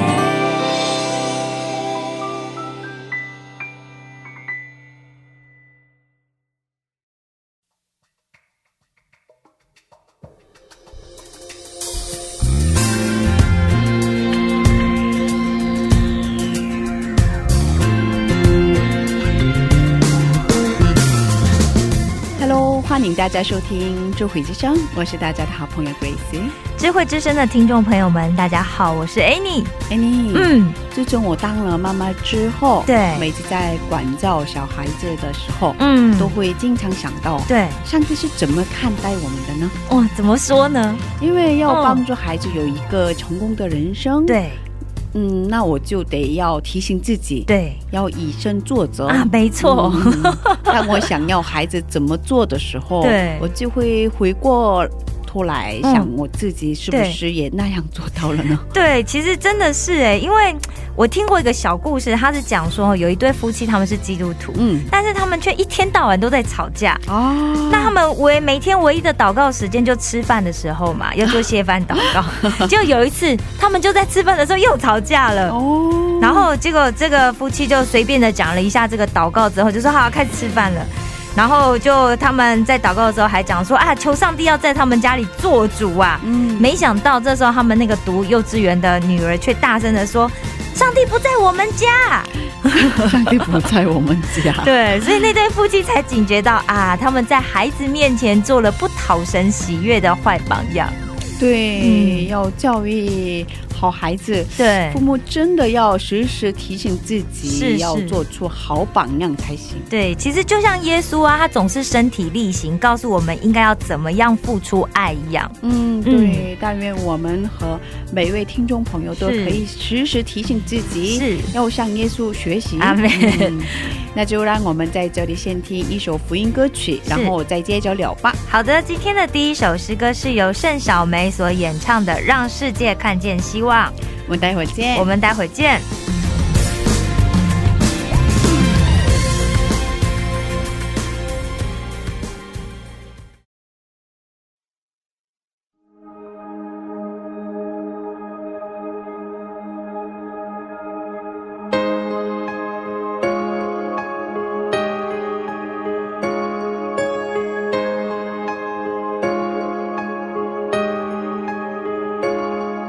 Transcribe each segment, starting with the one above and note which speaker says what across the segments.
Speaker 1: Hello，欢迎大家收听《智慧之声》，我是大家的好朋友 Grace。
Speaker 2: 智慧之声的听众朋友们，大家好，我是 Annie。
Speaker 1: 哎，你，
Speaker 2: 嗯，
Speaker 1: 自从我当了妈妈之后，
Speaker 2: 对
Speaker 1: 每次在管教小孩子的时候，
Speaker 2: 嗯
Speaker 1: 都会经常想到，
Speaker 2: 对，
Speaker 1: 上帝是怎么看待我们的呢？
Speaker 2: 哇，怎么说呢？
Speaker 1: 因为要
Speaker 2: 哦
Speaker 1: 帮助孩子有一个成功的人生，，
Speaker 2: 对
Speaker 1: 嗯，那我就得要提醒自己，
Speaker 2: 对
Speaker 1: 要以身作则
Speaker 2: 啊，没错，
Speaker 1: 嗯当我想要孩子怎么做的时候，
Speaker 2: 对
Speaker 1: 我就会回过头来
Speaker 2: 嗯
Speaker 1: 想，我自己是不是也那样做到了呢？
Speaker 2: 对，其实真的是哎，因为我听过一个小故事，他是讲说有一对夫妻，他们是基督徒，
Speaker 1: 嗯，
Speaker 2: 但是他们却一天到晚都在吵架。
Speaker 1: 哦，
Speaker 2: 那他们唯每天唯一的祷告时间就吃饭的时候 嘛，要做谢饭祷告。就有一次，他们就在吃饭的时候又吵架了。
Speaker 1: 哦，
Speaker 2: 然后结果这个夫妻就随便的讲了一下这个祷告之后，就说好开始吃饭了。然后就他们在祷告的时候还讲说啊，求上帝要在他们家里做主啊。
Speaker 1: 嗯，
Speaker 2: 没想到这时候他们那个读幼稚园的女儿却大声的说，上帝不在我们家。
Speaker 1: 上帝不在我们家。
Speaker 2: 对，所以那对夫妻才警觉到啊，他们在孩子面前做了不讨神喜悦的坏榜样。
Speaker 1: 对，要教育好孩子。
Speaker 2: 嗯对
Speaker 1: 父。母真的要时时提醒自己，
Speaker 2: 是是
Speaker 1: 要做出好榜样才行。
Speaker 2: 对，其实就像耶稣啊，他总是身体力行，告诉我们应该要怎么样付出爱一样。
Speaker 1: 嗯，对。但愿我们和每位听众朋友都可
Speaker 2: 是
Speaker 1: 以时时提醒自己，
Speaker 2: 是
Speaker 1: 要向耶稣学习。
Speaker 2: 阿门
Speaker 1: 嗯那就让我们在这里先听一首福音歌曲，然后再接着聊吧。
Speaker 2: 好的，今天的第一首诗歌是由盛小梅所演唱的《让世界看见希望》，
Speaker 1: 我们待会儿见。
Speaker 2: 我们待会见。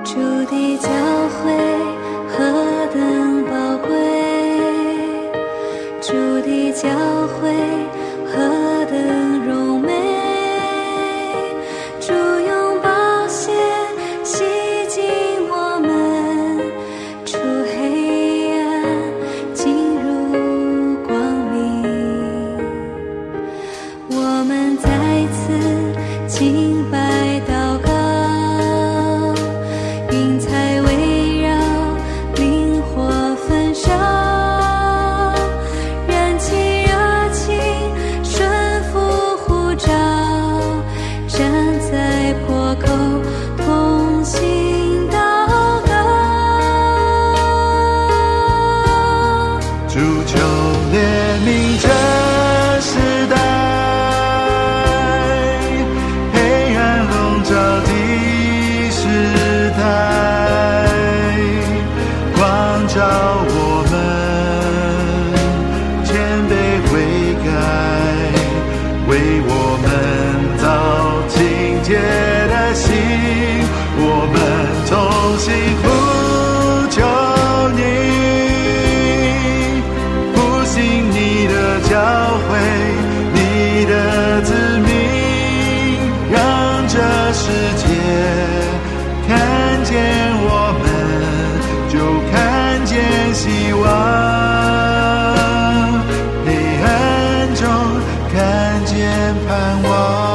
Speaker 3: 主的教诲何等宝贵，主的教诲何等柔美，主用宝血洗净我们，出黑暗进入光明。我们再次敬拜祷告，云彩围绕，灵火焚烧，燃起热情，顺服呼召，站在破口同心祷告。
Speaker 4: 主求怜悯这时代，黑暗笼罩的时代，光照我们谦卑悔改，为我们造清洁的心，我们同心呼求你。复兴你的教诲，你的子民，让这世界看见我们，就看见希望，黑暗中看见盼望。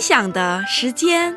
Speaker 3: 想的时间。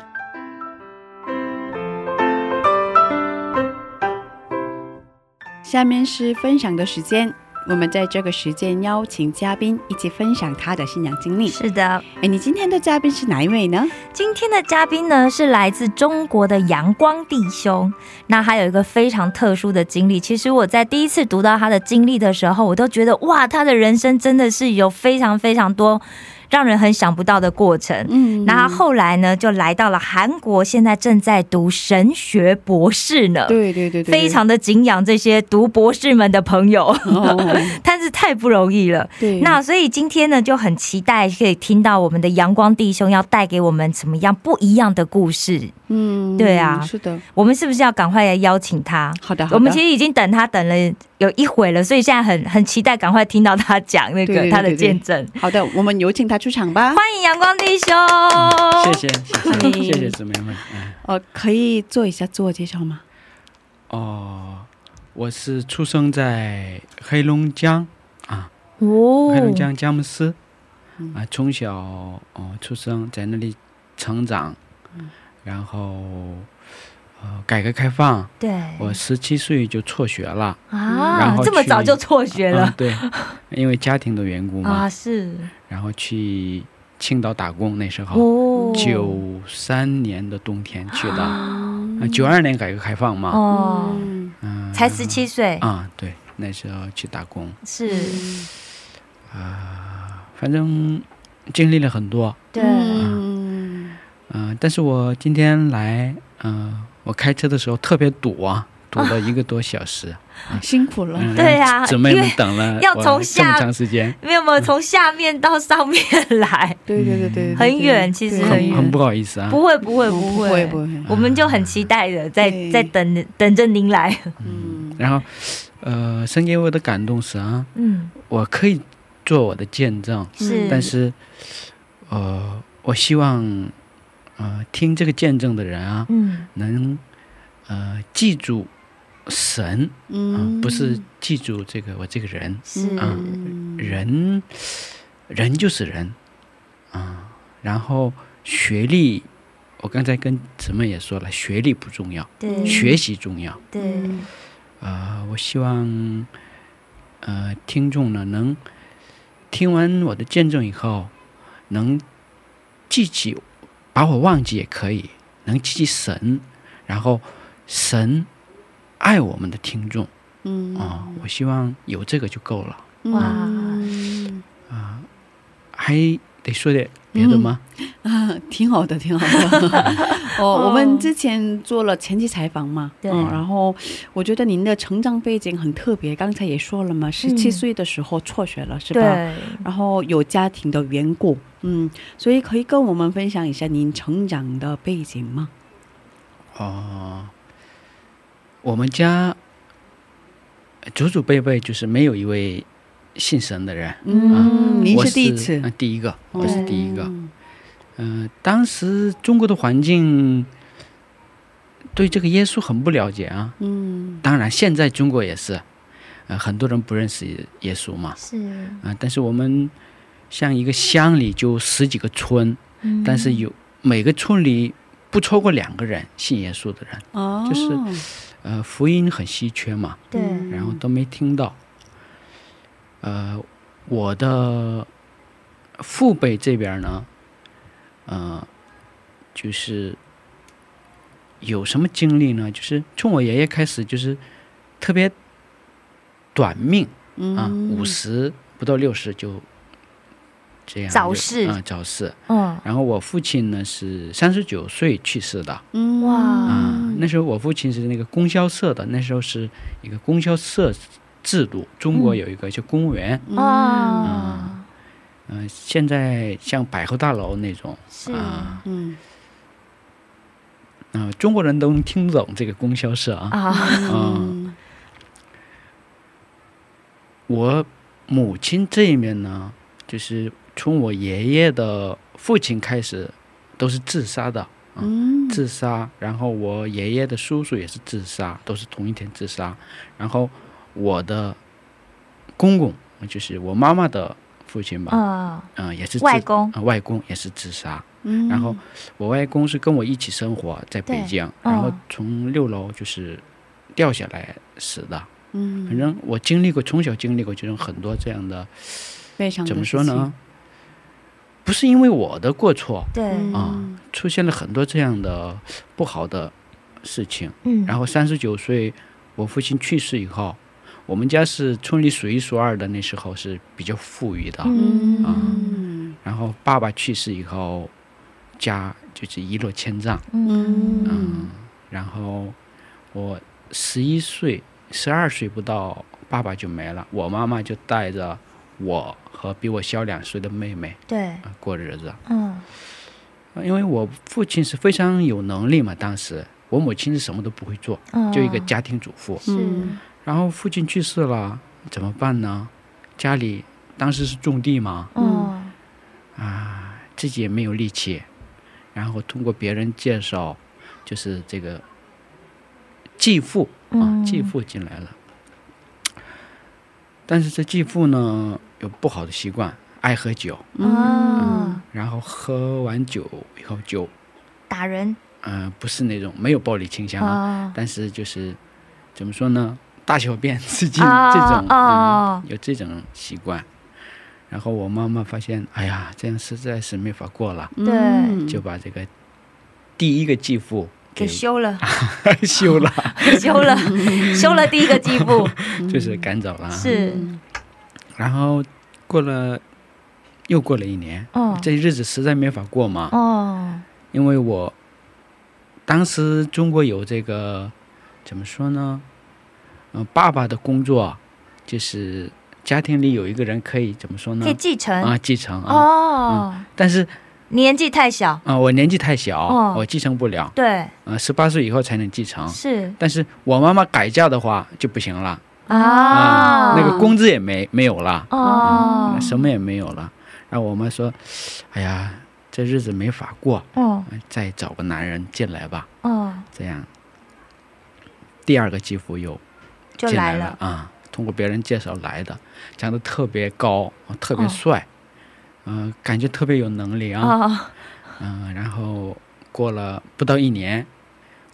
Speaker 1: 下面是分享的时间，我们在这个时间邀请嘉宾一起分享他的信仰经历。
Speaker 2: 是的，
Speaker 1: 哎，你今天的嘉宾是哪一位呢？
Speaker 2: 今天的嘉宾呢是来自中国的阳光弟兄，那他有一个非常特殊的经历。其实我在第一次读到他的经历的时候，我都觉得哇，他的人生真的是有非常非常多让人很想不到的过程。
Speaker 1: 嗯
Speaker 2: 那他后来呢，就来到了韩国，现在正在读神学博士呢，
Speaker 1: 对对对对，
Speaker 2: 非常的敬仰这些读博士们的朋友，
Speaker 1: 哦，
Speaker 2: 但是太不容易了。
Speaker 1: 对，
Speaker 2: 那所以今天呢，就很期待可以听到我们的阳光弟兄要带给我们怎么样不一样的故事。
Speaker 1: 嗯，
Speaker 2: 对啊
Speaker 1: 是的，
Speaker 2: 我们是不是要赶快来邀请他？
Speaker 1: 好的，好的，
Speaker 2: 我们其实已经等他等了有一会了，所以现在很很期待赶快听到他讲
Speaker 1: 对
Speaker 2: 那
Speaker 1: 对
Speaker 2: 个
Speaker 1: 对
Speaker 2: 他的
Speaker 1: 对对
Speaker 2: 见证。
Speaker 1: 好的，我们有请他出场吧。
Speaker 2: 欢迎阳光弟兄，哦
Speaker 5: 谢谢，谢
Speaker 1: 欢迎
Speaker 5: 谢，谢谢姊妹们。哎
Speaker 1: 呃，可以做一下自我介绍吗？
Speaker 5: 哦，我是出生在黑龙江，
Speaker 2: 哦嗯
Speaker 5: 黑龙江佳木斯，啊，从小哦、出生在那里成长，
Speaker 2: 嗯
Speaker 5: 然后呃，改革开放，
Speaker 2: 对
Speaker 5: 我十七岁就辍学了，然
Speaker 2: 啊，
Speaker 5: 后
Speaker 2: 这么
Speaker 5: 去
Speaker 2: 早就辍学
Speaker 5: 啊
Speaker 2: 了
Speaker 5: 对，因为家庭的缘故嘛，
Speaker 2: 啊？是
Speaker 5: 然后去青岛打工，那时候
Speaker 2: 哦
Speaker 5: 九三年的冬天去的，啊九二年改革开放嘛，
Speaker 2: 啊哦，
Speaker 1: 嗯，
Speaker 5: 嗯，
Speaker 2: 才十七岁
Speaker 5: 啊，对，那时候去打工，
Speaker 2: 是，
Speaker 5: 反正经历了很多，
Speaker 2: 对
Speaker 1: 嗯，
Speaker 5: 嗯、但是我今天来，嗯、我开车的时候特别堵啊，堵了一个多小时，
Speaker 1: 辛苦了。
Speaker 5: 嗯，
Speaker 2: 对啊
Speaker 5: 姊妹
Speaker 2: 因
Speaker 5: 们
Speaker 2: 为
Speaker 5: 等了
Speaker 2: 要
Speaker 5: 我
Speaker 2: 从
Speaker 5: 这
Speaker 2: 下
Speaker 5: 么长时间，
Speaker 2: 没有没有从下面到上面来，
Speaker 1: 对对对对对，
Speaker 2: 很远其实
Speaker 1: 对
Speaker 2: 很
Speaker 5: 很
Speaker 2: 远
Speaker 5: 很不好意思啊，
Speaker 2: 不会不会
Speaker 1: 哦
Speaker 2: 不
Speaker 1: 不
Speaker 2: 会
Speaker 1: 会不会，
Speaker 2: 我们就很期待的，在
Speaker 1: 对
Speaker 2: 在等等着您来。
Speaker 1: 嗯
Speaker 5: 然后，呃，神给我的感动是啊，
Speaker 2: 嗯，
Speaker 5: 我可以做我的见证，
Speaker 2: 是，
Speaker 5: 但是，啊呃，我希望，呃，听这个见证的人啊，
Speaker 2: 嗯，
Speaker 5: 能，呃，记住神。啊
Speaker 1: 嗯，，
Speaker 5: 不是记住这个我这个人，
Speaker 2: 是，
Speaker 5: 啊人人就是人啊。然后学历，我刚才跟姊妹也说了，学历不重要，
Speaker 2: 对，
Speaker 5: 学习重要。
Speaker 2: 对，
Speaker 5: 呃，我希望呃听众呢能听完我的见证以后，能记起，把我忘记也可以，能记起神，然后神爱我们的听众
Speaker 1: 嗯
Speaker 5: 啊、我希望有这个就够了。
Speaker 1: 嗯
Speaker 2: 哇
Speaker 1: 嗯
Speaker 5: 还得说点别的吗？
Speaker 1: 啊，挺好的，挺好的。哦，我们之前做了前期采访嘛，
Speaker 2: 对
Speaker 1: 嗯，然后我觉得您的成长背景很特别，刚才也说了嘛，十七
Speaker 2: 嗯
Speaker 1: 岁的时候辍学了，是吧？
Speaker 2: 对，
Speaker 1: 然后有家庭的缘故，嗯，所以可以跟我们分享一下您成长的背景吗？
Speaker 5: 哦，我们家祖祖辈辈就是没有一位信神的人，
Speaker 1: 嗯，您
Speaker 5: 我
Speaker 1: 第一次
Speaker 5: 呃，第一个，我是第一个。
Speaker 1: 嗯
Speaker 5: 嗯、当时中国的环境对这个耶稣很不了解啊。
Speaker 1: 嗯
Speaker 5: 当然，现在中国也是，呃，很多人不认识耶耶稣嘛。
Speaker 2: 是，
Speaker 5: 啊、但是我们像一个乡里就十几个村，
Speaker 2: 嗯
Speaker 5: 但是有每个村里不超过两个人信耶稣的人，
Speaker 1: 哦，
Speaker 5: 就是呃，福音很稀缺嘛，
Speaker 2: 对，
Speaker 5: 然后都没听到。呃，我的父辈这边呢，呃，就是有什么经历呢？就是从我爷爷开始，就是特别短命
Speaker 1: 嗯
Speaker 5: 啊，
Speaker 2: 嗯
Speaker 5: 五十、不到六十就这样
Speaker 2: 早
Speaker 5: 就
Speaker 2: 逝
Speaker 5: 啊、早逝。
Speaker 2: 嗯，
Speaker 5: 然后我父亲呢是三十九岁去世的啊、
Speaker 1: 嗯
Speaker 2: 哇
Speaker 5: 那时候我父亲是那个供销社的，那时候是一个供销社制度，中国
Speaker 2: 嗯
Speaker 5: 有一个叫公务员，
Speaker 1: 嗯
Speaker 2: 啊，
Speaker 5: 嗯、现在像百货大楼那种
Speaker 2: 是，
Speaker 5: 啊，
Speaker 1: 嗯
Speaker 5: 嗯、中国人都能听懂这个供销社啊。
Speaker 2: 啊，
Speaker 5: 嗯我母亲这一面呢，就是从我爷爷的父亲开始都是自杀的，
Speaker 1: 嗯
Speaker 5: 自杀，然后我爷爷的叔叔也是自杀，都是同一天自杀。然后我的公公，就是我妈妈的父亲吧，
Speaker 2: 啊，
Speaker 5: 嗯、也是自
Speaker 2: 外公
Speaker 5: 呃外公也是自杀。
Speaker 1: 嗯，
Speaker 5: 然后我外公是跟我一起生活在北
Speaker 2: 对
Speaker 5: 京，
Speaker 2: 哦
Speaker 5: 然后从六楼就是掉下来死的。
Speaker 1: 嗯，
Speaker 5: 反正我经历过，从小经历过这种很多这样的，
Speaker 1: 非常
Speaker 5: 怎么说呢？不是因为我的过错，
Speaker 2: 对，
Speaker 5: 啊
Speaker 1: 啊，出现了很多这样的不好的事情。
Speaker 2: 嗯，
Speaker 5: 然后三十九岁，我父亲去世以后，我们家是村里数一数二的，那时候是比较富裕的。
Speaker 2: 嗯
Speaker 1: 嗯
Speaker 5: 然后爸爸去世以后，家就是一落千丈。
Speaker 2: 嗯
Speaker 1: 嗯
Speaker 5: 然后我十一岁、十二岁不到，爸爸就没了。我妈妈就带着我和比我小两岁的妹妹
Speaker 2: 对，
Speaker 5: 啊过日子。
Speaker 2: 嗯
Speaker 5: 呃因为我父亲是非常有能力嘛，当时我母亲是什么都不会做，
Speaker 2: 嗯，
Speaker 3: 哦
Speaker 5: 就一个家庭主妇。
Speaker 2: 是，
Speaker 5: 然后父亲去世了，怎么办呢？家里当时是种地嘛，
Speaker 2: 嗯
Speaker 5: 啊，自己也没有力气，然后通过别人介绍，就是这个继父啊
Speaker 2: 嗯，
Speaker 5: 继父进来了。但是这继父呢，有不好的习惯，爱喝酒，
Speaker 2: 啊，
Speaker 5: 然后喝完酒以后就，
Speaker 2: 打人
Speaker 5: 嗯、不是那种没有暴力倾向啊，
Speaker 2: 啊，
Speaker 5: 但是就是怎么说呢，大小便失禁
Speaker 2: 啊
Speaker 5: 这种，
Speaker 2: 啊
Speaker 5: 嗯，有这种习惯。然后我妈妈发现，哎呀，这样实在是没法过了，
Speaker 1: 嗯
Speaker 2: 对
Speaker 5: 就把这个第一个继父
Speaker 2: 给
Speaker 5: 给
Speaker 2: 休了，
Speaker 5: 休了，
Speaker 2: 休 了，休了第一个季步，
Speaker 5: 就是赶走了。
Speaker 2: 是，
Speaker 5: 然后过了，又过了一年，
Speaker 2: 哦
Speaker 5: 嗯这嗯日子实在没法过嘛，
Speaker 2: 哦，
Speaker 5: 因为我当时中国有这个怎么说呢？嗯、爸爸的工作就是家庭里有一个人可以怎么说呢
Speaker 2: 可以？继承
Speaker 5: 啊，继承啊，
Speaker 2: 哦，
Speaker 5: 但是
Speaker 2: 年纪太小，
Speaker 5: 啊、我年纪太小，
Speaker 2: 哦
Speaker 5: 我继承不了，
Speaker 2: 对，
Speaker 5: 啊，十八岁以后才能继承。
Speaker 2: 是
Speaker 5: 但是我妈妈改嫁的话就不行了，
Speaker 2: 啊，
Speaker 5: 嗯那个嗯工资也没没有了，
Speaker 2: 哦，
Speaker 5: 什么也没有了。然后我妈说：“哎呀，这日子没法过，
Speaker 2: 哦
Speaker 5: 再找个男人进来吧。”
Speaker 2: 哦，
Speaker 5: 这样，第二个继父又
Speaker 2: 就
Speaker 5: 进
Speaker 2: 来
Speaker 5: 来
Speaker 2: 了，
Speaker 5: 啊、通过别人介绍来的，长得特别高，啊特别
Speaker 2: 哦
Speaker 5: 帅，嗯、感觉特别有能力啊，
Speaker 2: 哦，
Speaker 5: 嗯、然后过了不到一年，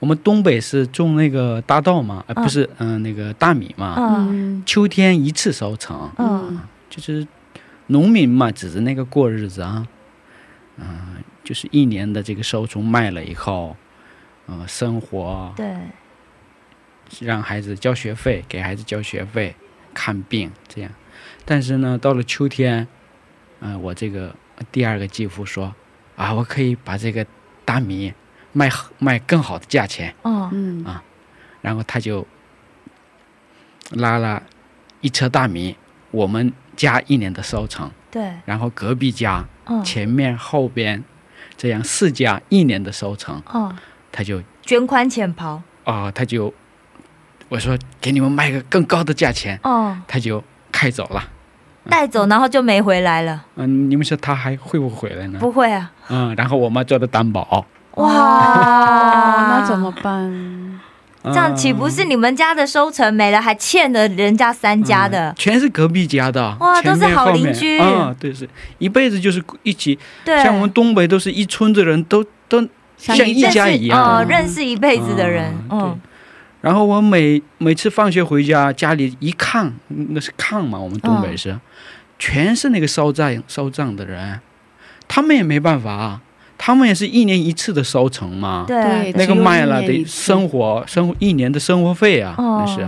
Speaker 5: 我们东北是种那个大豆嘛，呃，
Speaker 2: 嗯
Speaker 5: 不是，嗯、那个大米嘛，
Speaker 2: 嗯
Speaker 5: 秋天一次收成，
Speaker 2: 嗯
Speaker 5: 就是农民嘛，指着那个过日子啊，嗯、就是一年的这个收成卖了以后，呃，生活
Speaker 2: 对，
Speaker 5: 让孩子交学费，给孩子交学费、看病这样。但是呢，到了秋天，嗯、我这个第二个继父说啊，我可以把这个大米卖卖更好的价钱，
Speaker 2: 哦
Speaker 1: 嗯
Speaker 5: 啊然后他就拉了一车大米，我们家一年的收成，
Speaker 2: 对，
Speaker 5: 然后隔壁家、
Speaker 2: 哦
Speaker 5: 前面后边这样四家一年的收成，
Speaker 2: 哦，
Speaker 5: 他就
Speaker 2: 卷款潜逃，
Speaker 5: 啊、他就我说给你们卖个更高的价钱。
Speaker 2: 哦，
Speaker 5: 他就开走了。
Speaker 2: 带走然后就没回来了，
Speaker 5: 嗯，你们说他还会不会回来呢？
Speaker 2: 不会啊，
Speaker 5: 嗯，然后我妈做的担保，
Speaker 1: 哦
Speaker 2: 哇，
Speaker 5: 哦
Speaker 1: 那怎么办？
Speaker 5: 这
Speaker 2: 这样岂
Speaker 5: 嗯
Speaker 2: 不是你们家的收成没了，还欠了人家三家的？
Speaker 5: 嗯全是隔壁家的？
Speaker 2: 哇都是
Speaker 5: 前面
Speaker 2: 好
Speaker 5: 后面
Speaker 2: 邻居
Speaker 5: 啊、对，是一辈子就是一起，
Speaker 2: 对，
Speaker 5: 像我们东北都是一村子人都都
Speaker 1: 像
Speaker 5: 像
Speaker 1: 一
Speaker 5: 一家一样。
Speaker 2: 哦，认识一辈子的人，
Speaker 5: 啊
Speaker 2: 嗯，
Speaker 5: 然后我每每次放学回家，家里一炕，那是炕嘛，我们东北
Speaker 1: 哦
Speaker 5: 是，全是那个烧账烧账的人，他们也没办法，啊他们也是一年一次的烧成嘛。
Speaker 2: 对，
Speaker 5: 那个
Speaker 1: 只有
Speaker 5: 卖
Speaker 1: 一
Speaker 5: 了
Speaker 1: 年一
Speaker 5: 得
Speaker 1: 次
Speaker 5: 生活生活一年的生活费啊，
Speaker 2: 哦
Speaker 5: 那是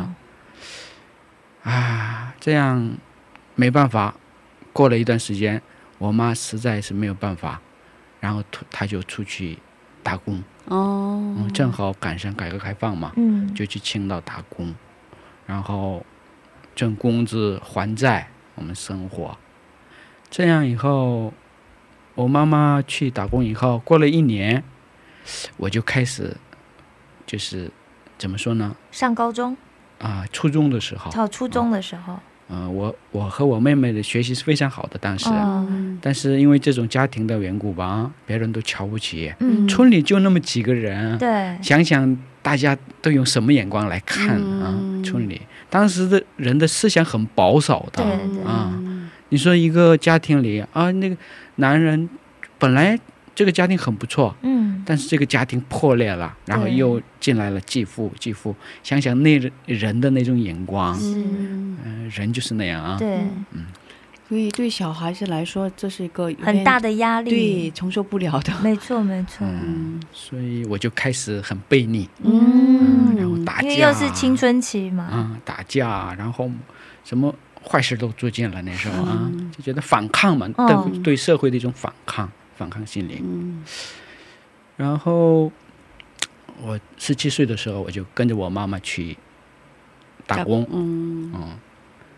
Speaker 5: 啊，这样没办法。过了一段时间，我妈实在是没有办法，然后突她就出去打工，
Speaker 1: 哦
Speaker 5: 嗯，正好赶上改革开放嘛，
Speaker 2: 嗯，
Speaker 5: 就去青岛打工，然后挣工资还债，我们生活。这样以后，我妈妈去打工以后，过了一年，我就开始，就是怎么说呢？
Speaker 2: 上高中，
Speaker 5: 啊、初中的时候，
Speaker 2: 到初中的时候，
Speaker 5: 嗯、我我和我妹妹的学习是啊非常好的，当时，
Speaker 2: 哦
Speaker 1: 嗯
Speaker 5: 但是因为这种家庭的缘故吧，别人都瞧不起，
Speaker 2: 嗯，
Speaker 5: 村里就那么几个人，
Speaker 2: 对，
Speaker 5: 想想大家都用什么眼光来看啊？
Speaker 1: 嗯
Speaker 5: 村里当时的人的思想很保守的
Speaker 2: 对对
Speaker 1: 嗯
Speaker 5: 啊。你说一个家庭里啊，那个男人本来这个家庭很不错，
Speaker 2: 嗯，
Speaker 5: 但是这个家庭破裂了，然后
Speaker 2: 对
Speaker 5: 又进来了继父，继父，想想那人的那种眼光，
Speaker 1: 嗯，
Speaker 5: 嗯、人就是那样啊。
Speaker 2: 对，
Speaker 1: 음.
Speaker 5: 음.
Speaker 1: 所以对小孩子来说，这是一个有点
Speaker 2: 很大的压
Speaker 1: 对
Speaker 2: 力，
Speaker 1: 承受不了的。
Speaker 2: 没错没错，
Speaker 5: 嗯，所以我就开始很悖逆，
Speaker 2: 嗯
Speaker 5: 然后打
Speaker 2: 因
Speaker 5: 架，
Speaker 2: 为又是青春期嘛，
Speaker 5: 啊、打架，然后什么坏事都做尽了，那时候啊，就觉得反抗嘛，
Speaker 2: 哦
Speaker 5: 对对社会的一种反抗，反抗心理。然后我十七岁的时候，我就跟着我妈妈去打工，
Speaker 1: 嗯
Speaker 5: 嗯，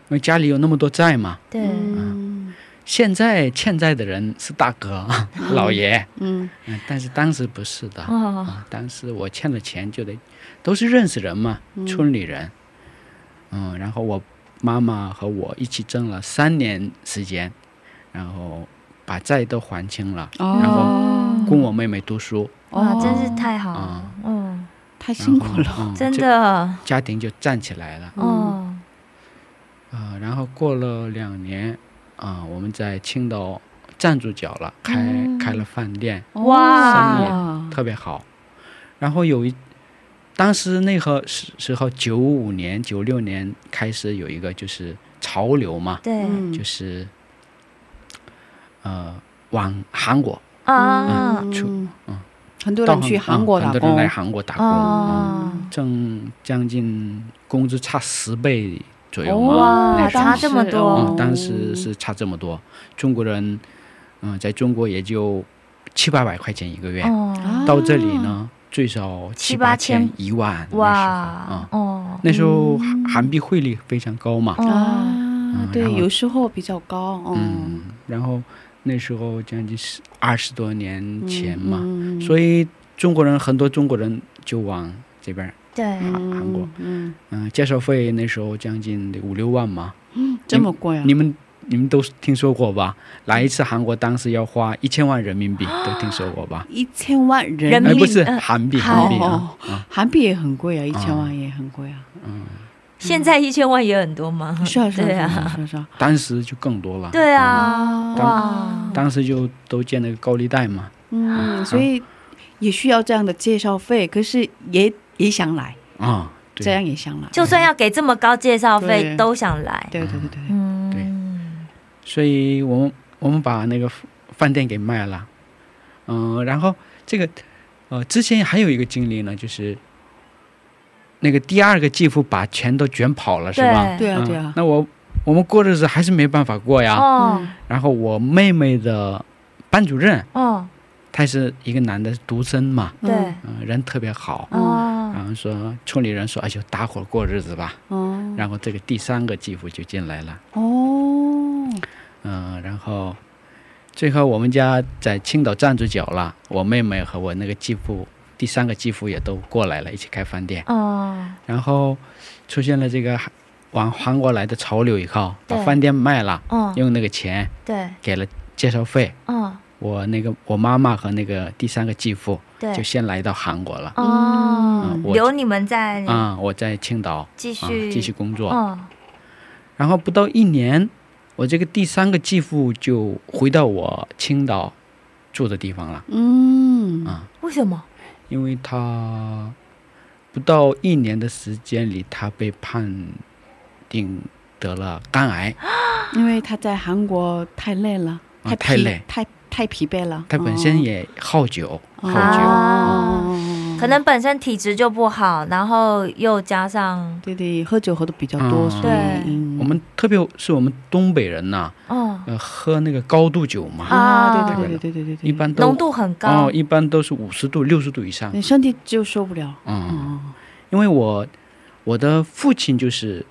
Speaker 5: 因为家里有那么多债嘛。
Speaker 2: 对，
Speaker 1: 嗯
Speaker 5: 现在欠债的人是大哥、 老爷，
Speaker 1: 嗯
Speaker 5: 嗯，但是当时不是的。
Speaker 2: 哦，
Speaker 5: 啊，当时我欠了钱就得，都是认识人嘛，村里人，嗯，然后我妈妈和我一起挣了三年时间，然后把债都还清了，然后
Speaker 1: 哦
Speaker 5: 供我妹妹读书，啊
Speaker 2: 哇，
Speaker 1: 哦
Speaker 2: 真是太好了，嗯，
Speaker 1: 太
Speaker 5: 然
Speaker 1: 辛
Speaker 5: 后
Speaker 1: 苦了。
Speaker 5: 嗯
Speaker 2: 真，
Speaker 5: 这
Speaker 2: 的，
Speaker 5: 家庭就站起来了，
Speaker 2: 哦，
Speaker 5: 啊，然后过了两年，啊，我们在青岛站住脚了，开
Speaker 1: 嗯
Speaker 5: 开了饭店，
Speaker 2: 哇
Speaker 5: 特别好。然后有一，当时那个时时候，九五年、九六年开始有一个就是潮流嘛，
Speaker 2: 对
Speaker 1: 嗯
Speaker 5: 就是呃往韩国
Speaker 2: 啊，
Speaker 5: 出嗯
Speaker 1: 很多
Speaker 5: 到
Speaker 1: 人去
Speaker 5: 韩
Speaker 1: 韩国
Speaker 5: 嗯
Speaker 1: 打
Speaker 5: 很多人
Speaker 1: 工
Speaker 5: 来，韩国打工，
Speaker 2: 哦，
Speaker 5: 挣将近工资差十倍左右嘛，
Speaker 2: 哇，
Speaker 5: 那时候
Speaker 2: 差这么
Speaker 1: 哦
Speaker 5: 嗯，
Speaker 2: 多，
Speaker 5: 当时是差这么多，中国人嗯在中国也就七八百块钱一个月，
Speaker 2: 哦，
Speaker 5: 到这里呢，最少
Speaker 2: 七八
Speaker 5: 八
Speaker 2: 千
Speaker 5: 一万。那时候
Speaker 2: 哇
Speaker 5: 啊，，
Speaker 2: 哦，
Speaker 5: 那时候韩韩币汇率非常高嘛，
Speaker 2: 哦，
Speaker 1: 啊
Speaker 5: 嗯，
Speaker 1: 对
Speaker 5: 然，后
Speaker 1: 有时候比较高，
Speaker 5: 嗯，然后那时候将近十二十多年前嘛，
Speaker 1: 嗯
Speaker 5: 所以中国人很多中国人就往这边儿
Speaker 2: 对，
Speaker 5: 韩韩国，
Speaker 1: 嗯，
Speaker 5: 嗯，介绍费那时候将近得五六万嘛，
Speaker 1: 这么贵啊
Speaker 5: 你？们。你们都听说过吧？来一次韩国，当时要花一千万人民币，都听说过吧？
Speaker 1: 一千万人
Speaker 2: 啊人
Speaker 5: 哎，
Speaker 2: 民
Speaker 5: 不
Speaker 2: 币
Speaker 5: 是
Speaker 2: 呃
Speaker 5: 韩币，
Speaker 2: 韩
Speaker 5: 韩
Speaker 1: 币
Speaker 5: 币啊
Speaker 1: 哦，
Speaker 5: 啊，
Speaker 1: 韩币也很贵啊，一千万也很贵啊。
Speaker 2: 现在一千万也很多吗？
Speaker 5: 嗯
Speaker 1: 是啊，是啊，
Speaker 2: 对
Speaker 1: 是
Speaker 2: 啊，
Speaker 1: 啊，是啊是啊。
Speaker 5: 当时就更多了。
Speaker 2: 对
Speaker 5: 嗯
Speaker 2: 啊，
Speaker 5: 当
Speaker 2: 哇，
Speaker 5: 当时就都建那个高利贷嘛，
Speaker 1: 嗯，所以也需要这样的介绍费，可是也也想来，
Speaker 5: 啊、对
Speaker 1: 这样也想来。
Speaker 2: 就算要给这么高介绍费，
Speaker 1: 对
Speaker 2: 都想来，
Speaker 1: 对对对对，对
Speaker 2: 嗯，
Speaker 5: 所以我们我们把那个饭店给卖了，嗯、然后这个呃之前还有一个经历呢，就是那个第二个继父把钱都卷跑了，是吧？啊
Speaker 1: 对啊
Speaker 5: 嗯
Speaker 1: 对啊
Speaker 5: 那我我们过日子还是没办法过呀。
Speaker 2: 哦
Speaker 5: 然后我妹妹的班主任，
Speaker 2: 哦，
Speaker 5: 他是一个男的，独生嘛，
Speaker 2: 对
Speaker 1: 嗯，
Speaker 5: 嗯、人特别好。
Speaker 2: 哦，
Speaker 5: 然后说村里人说，哎呦，大伙儿过日子吧。
Speaker 1: 哦
Speaker 5: 然后这个第三个继父就进来了。
Speaker 1: 哦，
Speaker 5: 嗯，然后最后我们家在青岛站住脚了，我妹妹和我那个继父，第三个继父也都过来了，一起开饭店。
Speaker 2: 哦，
Speaker 5: 然后出现了这个韩往韩国来的潮流以后，把
Speaker 2: 对
Speaker 5: 饭店卖了，
Speaker 2: 哦，
Speaker 5: 用那个钱
Speaker 2: 对，
Speaker 5: 给了介绍费。
Speaker 2: 哦，
Speaker 5: 我那个我妈妈和那个第三个继父
Speaker 2: 对
Speaker 5: 就，先来到韩国了。
Speaker 2: 哦
Speaker 5: 嗯，我
Speaker 2: 留你们在
Speaker 5: 啊、我在青岛
Speaker 2: 继
Speaker 5: 啊
Speaker 2: 续
Speaker 5: 继续工作，
Speaker 2: 哦，
Speaker 5: 然后不到一年，我这个第三个继父就回到我青岛住的地方了。
Speaker 1: 嗯
Speaker 5: 啊
Speaker 2: 为什么？
Speaker 5: 因为他不到一年的时间里，他被判定得了肝癌，
Speaker 1: 因为他在韩国太累了，
Speaker 5: 啊
Speaker 1: 太
Speaker 5: 太
Speaker 1: 疲
Speaker 5: 累
Speaker 1: 太太疲惫了。
Speaker 5: 他本身
Speaker 1: 哦
Speaker 5: 也好酒，
Speaker 2: 哦
Speaker 5: 好酒，
Speaker 2: 啊
Speaker 1: 哦
Speaker 2: 可能本身体质就不好，然后又加上
Speaker 1: 对对，喝酒喝的比较多，
Speaker 5: 嗯
Speaker 1: 所
Speaker 2: 对
Speaker 1: 以嗯
Speaker 5: 我们特别是我们东北人呐、
Speaker 2: 哦
Speaker 5: 呃，喝那个高度酒嘛，
Speaker 1: 啊，
Speaker 2: 啊
Speaker 1: 对对对对对对对，
Speaker 5: 一般都
Speaker 2: 浓度很高
Speaker 5: 哦，，一般都是五十度、六十度以上，
Speaker 1: 你身体就受不了，
Speaker 5: 嗯，
Speaker 1: 哦，
Speaker 5: 因为我我的父亲就是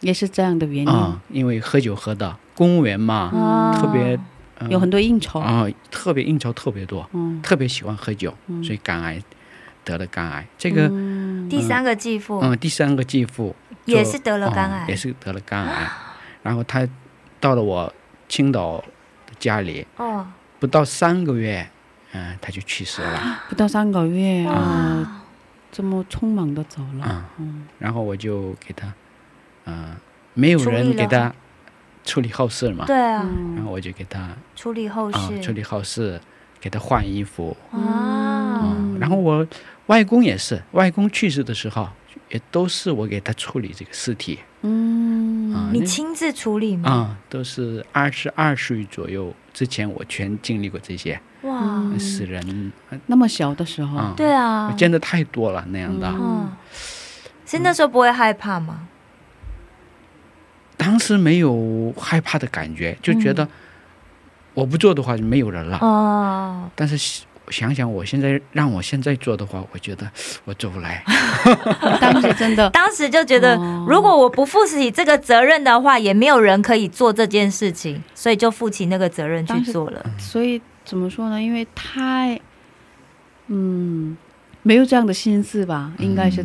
Speaker 1: 也是这样的原因，
Speaker 5: 啊、因为喝酒喝的，公务员嘛，
Speaker 2: 哦
Speaker 5: 特别、呃、
Speaker 1: 有很多应酬，
Speaker 5: 啊、特别应酬特别多，
Speaker 1: 嗯，
Speaker 5: 特别喜欢喝酒，所以肝癌得了肝癌。这个嗯
Speaker 1: 嗯
Speaker 2: 第三个继父
Speaker 5: 第三个继父就
Speaker 2: 也是得了肝
Speaker 5: 嗯
Speaker 2: 癌
Speaker 5: 也，是得了肝癌。然后他到了我青岛的家里，
Speaker 2: 哦，
Speaker 5: 不到三个月，嗯、他就去 世了。
Speaker 1: 不到三个月啊，这么匆忙的走
Speaker 5: 啊
Speaker 1: 了，
Speaker 5: 然后我就给他，嗯、没有
Speaker 2: 处理
Speaker 5: 人
Speaker 2: 了
Speaker 5: 给
Speaker 2: 后
Speaker 5: 他处理后事嘛，
Speaker 2: 对啊，哦
Speaker 5: 然后我就给他啊、
Speaker 2: 处理后事，
Speaker 5: 处理后事，给他换衣服，
Speaker 2: 哇，
Speaker 1: 嗯
Speaker 5: 啊然后我外公也是，外公去世的时候也都是我给他处理这个尸体
Speaker 1: 嗯
Speaker 5: 啊，
Speaker 2: 你
Speaker 5: 那
Speaker 2: 亲自处理吗？
Speaker 5: 啊、都是二十二岁左右之前，我全经历过这些
Speaker 2: 哇，
Speaker 1: 嗯
Speaker 5: 死人
Speaker 1: 那么小的时候，
Speaker 5: 啊，
Speaker 2: 对啊
Speaker 5: 我，见的太多了那样的。
Speaker 2: 嗯，所以那时候不会害怕吗？
Speaker 5: 当时没有害怕的感觉，就觉得我不做的话就没有人了。
Speaker 2: 嗯哦，
Speaker 5: 但是想想我现在让我现在做的话，我觉得我做不
Speaker 2: 啊
Speaker 5: 来。
Speaker 1: 当时真的
Speaker 2: 当时就觉得
Speaker 1: 哦，
Speaker 2: 如果我不负起这个责任的话，也没有人可以做这件事情，所以就负起那个责任去做
Speaker 5: 嗯
Speaker 2: 了。
Speaker 1: 所以怎么说呢？因为太，嗯，没有这样的心思吧，
Speaker 5: 嗯
Speaker 1: 应该是，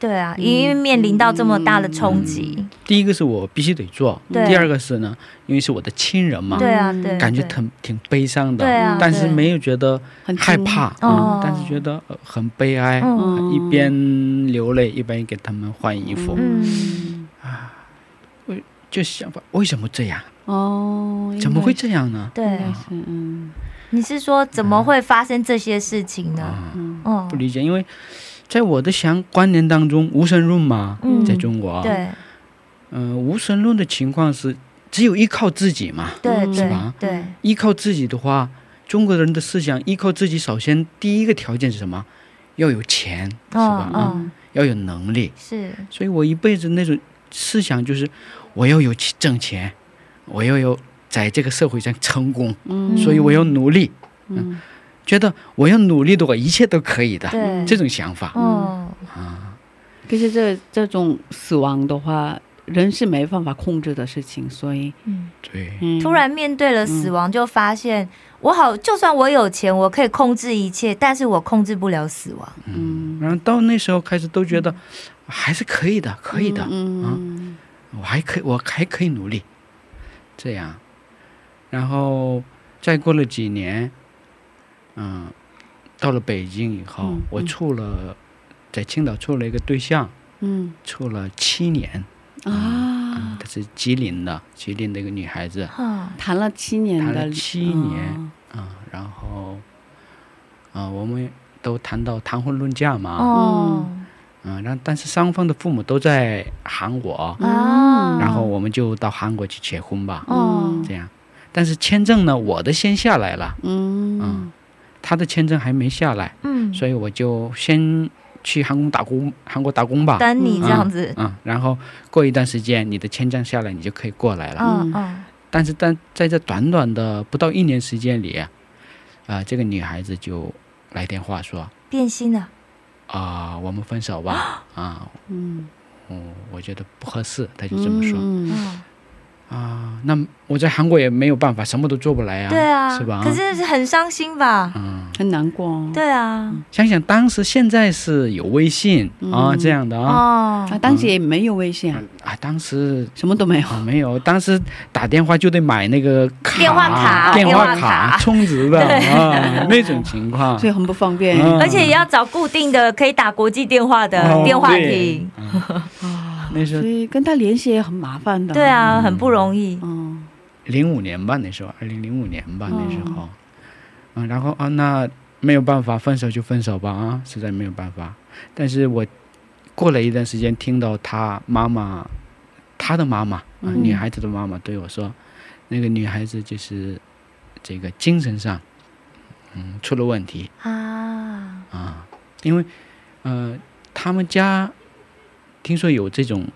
Speaker 2: 对啊，因为面临到这么大的冲击，
Speaker 5: 第一个是我必须得做，
Speaker 2: 对
Speaker 5: 第二个是呢，因为是我的亲人嘛，
Speaker 2: 对啊，
Speaker 1: 嗯
Speaker 2: 对，
Speaker 5: 感觉
Speaker 2: 对
Speaker 5: 挺挺悲伤的，
Speaker 2: 对啊，
Speaker 5: 但是
Speaker 2: 对
Speaker 5: 没有觉得
Speaker 1: 很
Speaker 5: 害
Speaker 1: 惊
Speaker 5: 怕，
Speaker 2: 哦
Speaker 5: 嗯，但是觉得呃很悲哀，
Speaker 2: 嗯
Speaker 1: 嗯
Speaker 5: 一边流泪一边给他们换衣服，
Speaker 2: 嗯
Speaker 5: 就想吧，为什么这样？
Speaker 1: 哦，
Speaker 5: 怎么会这样呢？
Speaker 1: 应
Speaker 2: 对
Speaker 1: 该，是嗯
Speaker 2: 你是说怎么会发生这些事情呢？
Speaker 5: 啊，
Speaker 1: 嗯
Speaker 2: 哦
Speaker 5: 不，理解，因为在我的想观念当中，无神论嘛，
Speaker 2: 嗯
Speaker 5: 在中国，
Speaker 2: 对
Speaker 5: 嗯、无神论的情况是只有依靠自己嘛，
Speaker 2: 对
Speaker 1: 是
Speaker 2: 对
Speaker 5: 吧
Speaker 2: 对，
Speaker 5: 依靠自己的话，中国人的思想依靠自己，首先第一个条件是什么？要有钱，是吧？
Speaker 2: 嗯
Speaker 5: 啊，
Speaker 2: 嗯
Speaker 5: 要有能力。
Speaker 2: 是
Speaker 5: 所以我一辈子那种思想就是，我要有钱挣钱，我要有在这个社会上成功，
Speaker 1: 嗯
Speaker 5: 所以我要努力。
Speaker 1: 嗯
Speaker 5: 觉得我要努力的话，一切都可以的，
Speaker 2: 对，
Speaker 5: 这种想法。
Speaker 2: 哦，
Speaker 1: 可是这这种死亡的话，人是没办法控制的事情，所以
Speaker 2: 嗯，
Speaker 5: 对，
Speaker 1: 嗯
Speaker 2: 突然面对了死亡，就发现我好，就算我有钱，我可以控制一切，但是我控制不了死亡。
Speaker 1: 嗯
Speaker 5: 然后到那时候开始都觉得还是可以的，可以的，啊
Speaker 1: 嗯
Speaker 5: 我还可以，我还可以努力，这样。然后再过了几年，嗯，到了北京以后，
Speaker 1: 嗯
Speaker 5: 我
Speaker 1: 嗯
Speaker 5: 处了，在青岛处了一个对象，
Speaker 1: 嗯
Speaker 5: 处了七年，
Speaker 1: 嗯啊
Speaker 5: 她、，是吉林的，吉林的一个女孩子啊、
Speaker 2: 哈，
Speaker 1: 谈了七年的，
Speaker 5: 谈了七年
Speaker 1: 啊
Speaker 5: 然后，啊、我们都谈到谈婚论嫁嘛，
Speaker 2: 哦，
Speaker 5: 嗯、然后但是双方的父母都在韩国，
Speaker 1: 嗯
Speaker 2: 啊，
Speaker 5: 然后我们就到韩国去结婚吧，
Speaker 2: 哦，
Speaker 5: 这样。但是签证呢，我的先下来了，
Speaker 1: 嗯
Speaker 5: 嗯他的签证还没下来，
Speaker 2: 嗯，
Speaker 5: 所以我就先去韩国打工，韩国打工吧。
Speaker 2: 等你这样子，
Speaker 5: 嗯，然后过一段时间，你的签证下来，你就可以过来了。
Speaker 2: 嗯
Speaker 1: 嗯
Speaker 2: 嗯，
Speaker 5: 但是，但在这短短的不到一年时间里，啊、这个女孩子就来电话说：“
Speaker 2: 变心了，
Speaker 5: 啊、我们分手吧。”啊，
Speaker 1: 嗯，
Speaker 5: 嗯，我觉得不合适，她就这么说。
Speaker 1: 嗯
Speaker 2: 嗯，
Speaker 5: 啊，那我在韩国也没有办法，什么都做不来啊，
Speaker 2: 对啊，
Speaker 5: 是吧？
Speaker 2: 可是很伤心吧？
Speaker 5: 嗯，
Speaker 1: 很难过哦。
Speaker 2: 对啊，
Speaker 5: 想想当时，现在是有微信啊
Speaker 1: 嗯
Speaker 5: 这样的啊
Speaker 2: 哦，
Speaker 1: 啊，当时也没有微信啊，
Speaker 5: 啊，当时
Speaker 1: 什么都没有。
Speaker 5: 啊，没有，当时打电话就得买那个卡，啊
Speaker 2: 电话卡
Speaker 5: 电
Speaker 2: 电话卡
Speaker 5: 卡充值的啊，那种情况
Speaker 1: 所。以很不方便。
Speaker 5: 嗯
Speaker 2: 而且也要找固定的可以打国际电话的
Speaker 5: 哦
Speaker 2: 电话
Speaker 5: 对
Speaker 2: 亭，
Speaker 5: 那时
Speaker 1: 啊所
Speaker 5: 候
Speaker 1: 以跟他联系也很麻烦的。
Speaker 2: 对，啊，很不容易。
Speaker 1: 嗯
Speaker 5: 零五年吧，那时候二零零五年吧，那时
Speaker 1: 哦
Speaker 5: 候，嗯，然后啊，那没有办法，分手就分手吧啊，实在没有办法。但是我过了一段时间，听到他妈妈，他的妈妈啊，
Speaker 1: 嗯
Speaker 5: 女孩子的妈妈对我说，那个女孩子就是这个精神上，嗯，出了问题，
Speaker 2: 啊，
Speaker 5: 啊，因为呃，他们家听说有这种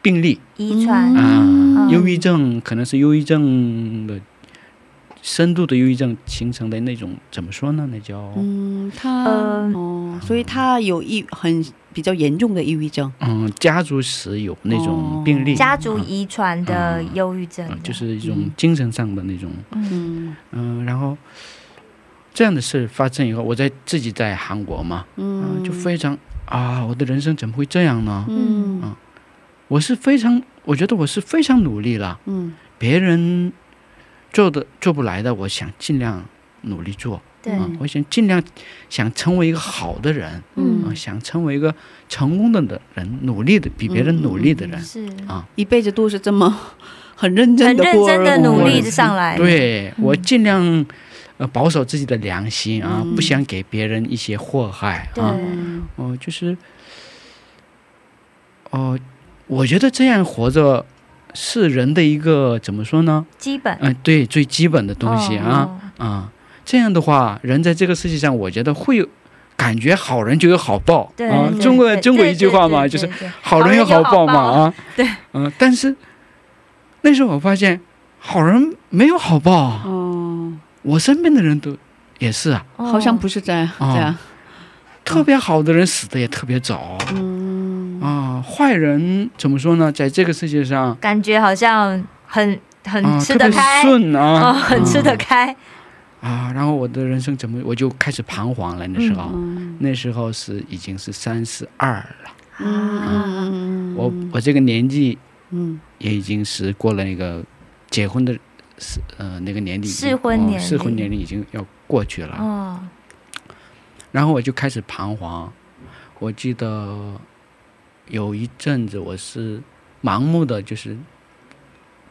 Speaker 5: 病例
Speaker 2: 遗传
Speaker 5: 啊，
Speaker 1: 嗯
Speaker 5: 忧郁症可能是忧郁症的深度的忧郁症形成的那种怎么说呢？那叫嗯
Speaker 1: 嗯，他
Speaker 2: 呃
Speaker 1: 哦，所以他有抑很比较严重的抑郁症。
Speaker 5: 嗯家族史有那种病例，
Speaker 2: 哦家族遗传的
Speaker 5: 嗯
Speaker 2: 忧郁症
Speaker 5: 啊
Speaker 2: 的，
Speaker 5: 就是一种
Speaker 1: 嗯
Speaker 5: 精神上的那种
Speaker 2: 嗯
Speaker 1: 嗯
Speaker 5: 嗯、然后这样的事发生以后，我在自己在韩国嘛，嗯、
Speaker 1: 嗯，
Speaker 5: 就非常啊，我的人生怎么会这样呢？
Speaker 1: 嗯
Speaker 5: 我是非常，我觉得我是非常努力了。
Speaker 1: 嗯
Speaker 5: 别人做的做不来的，我想尽量努力做。
Speaker 2: 对
Speaker 5: 啊，我想尽量想成为一个好的人，啊，
Speaker 2: 嗯
Speaker 5: 想成为一个成功的的人，努力的比别人努力的人。
Speaker 2: 是
Speaker 1: 一辈子都是这么很认
Speaker 2: 很
Speaker 1: 真的
Speaker 2: 认
Speaker 1: 过
Speaker 2: 真的
Speaker 1: 日子
Speaker 2: 嗯努力上来，
Speaker 5: 对我尽量，呃保守自己的良心啊，不想给别人一些祸害
Speaker 2: 嗯对，
Speaker 5: 啊。
Speaker 1: 嗯
Speaker 5: 哦、就是，哦、我觉得这样活着是人的一个怎么说呢？
Speaker 2: 基本
Speaker 5: 嗯、对，最基本的东西啊
Speaker 2: 哦
Speaker 5: 啊、这样的话，人在这个世界上，我觉得会有感觉好人就有好报
Speaker 2: 对
Speaker 5: 啊。
Speaker 2: 对
Speaker 5: 中国
Speaker 2: 对
Speaker 5: 中国
Speaker 2: 对
Speaker 5: 一句
Speaker 2: 对
Speaker 5: 话
Speaker 2: 对
Speaker 5: 嘛，
Speaker 2: 对
Speaker 5: 就是
Speaker 2: 对对
Speaker 5: 好
Speaker 2: 好
Speaker 5: 人
Speaker 2: 人
Speaker 5: 有
Speaker 2: 有好
Speaker 5: 好报
Speaker 2: 报
Speaker 5: 嘛啊。
Speaker 2: 对，
Speaker 5: 嗯、但是那时候我发现，好人没有好报啊。
Speaker 2: 嗯
Speaker 1: 哦，
Speaker 5: 我身边的人都也是啊，
Speaker 2: 哦
Speaker 1: 好像不是这样，
Speaker 5: 哦
Speaker 1: 这样，
Speaker 5: 特别好的人死的也特别早
Speaker 1: 嗯，
Speaker 5: 啊。坏人怎么说呢？在这个世界上，
Speaker 2: 感觉好像很很
Speaker 5: 啊，
Speaker 2: 吃
Speaker 5: 特
Speaker 2: 得
Speaker 5: 别
Speaker 2: 开，
Speaker 5: 顺啊，
Speaker 2: 哦，很吃得开，
Speaker 5: 啊。然后我的人生怎么我就开始彷徨了？那时候，
Speaker 2: 嗯
Speaker 5: 那时候是已经是三十二了，
Speaker 1: 嗯
Speaker 5: 我我这个年纪
Speaker 1: 嗯
Speaker 5: 也已经是过了那个结婚的是呃那个年龄已经，
Speaker 2: 适婚年
Speaker 5: 哦适婚
Speaker 2: 龄
Speaker 5: 年龄已经要过去了。
Speaker 2: 哦，
Speaker 5: 然后我就开始彷徨。我记得有一阵子我是盲目的，就是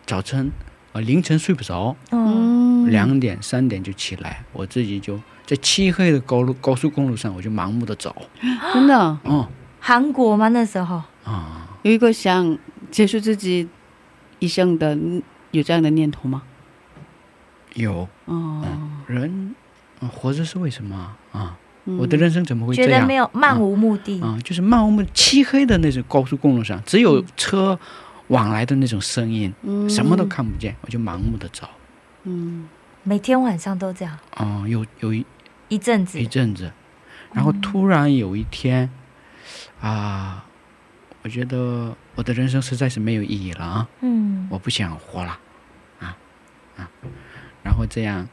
Speaker 5: 早晨呃凌晨睡不着，
Speaker 2: 嗯，
Speaker 1: 嗯，
Speaker 5: 两点三点就起来，我自己就在漆黑的高路高速公路上，我就盲目的走。
Speaker 1: 真的
Speaker 5: 哦
Speaker 2: 韩国吗？那时候
Speaker 5: 啊、
Speaker 1: 有一个想结束自己一生的有这样的念头吗？
Speaker 5: 有
Speaker 1: 哦，
Speaker 5: 哎人、呃活着是为什么啊？
Speaker 1: 嗯
Speaker 5: 我的人生怎么会
Speaker 2: 觉
Speaker 5: 这
Speaker 2: 得
Speaker 5: 样？
Speaker 2: 没有漫无目的，
Speaker 5: 啊、就是漫无目漆黑的那种高速公路上，只有车往来的那种声音，
Speaker 1: 嗯
Speaker 5: 什么都看不见，我就盲目的走。
Speaker 1: 嗯
Speaker 2: 每天晚上都这样
Speaker 5: 哦、有有一
Speaker 2: 一阵子
Speaker 5: 一，阵子，然后突然有一天，啊、我觉得我的人生实在是没有意义了啊，
Speaker 2: 嗯，
Speaker 5: 我不想活了，啊啊，然后这样，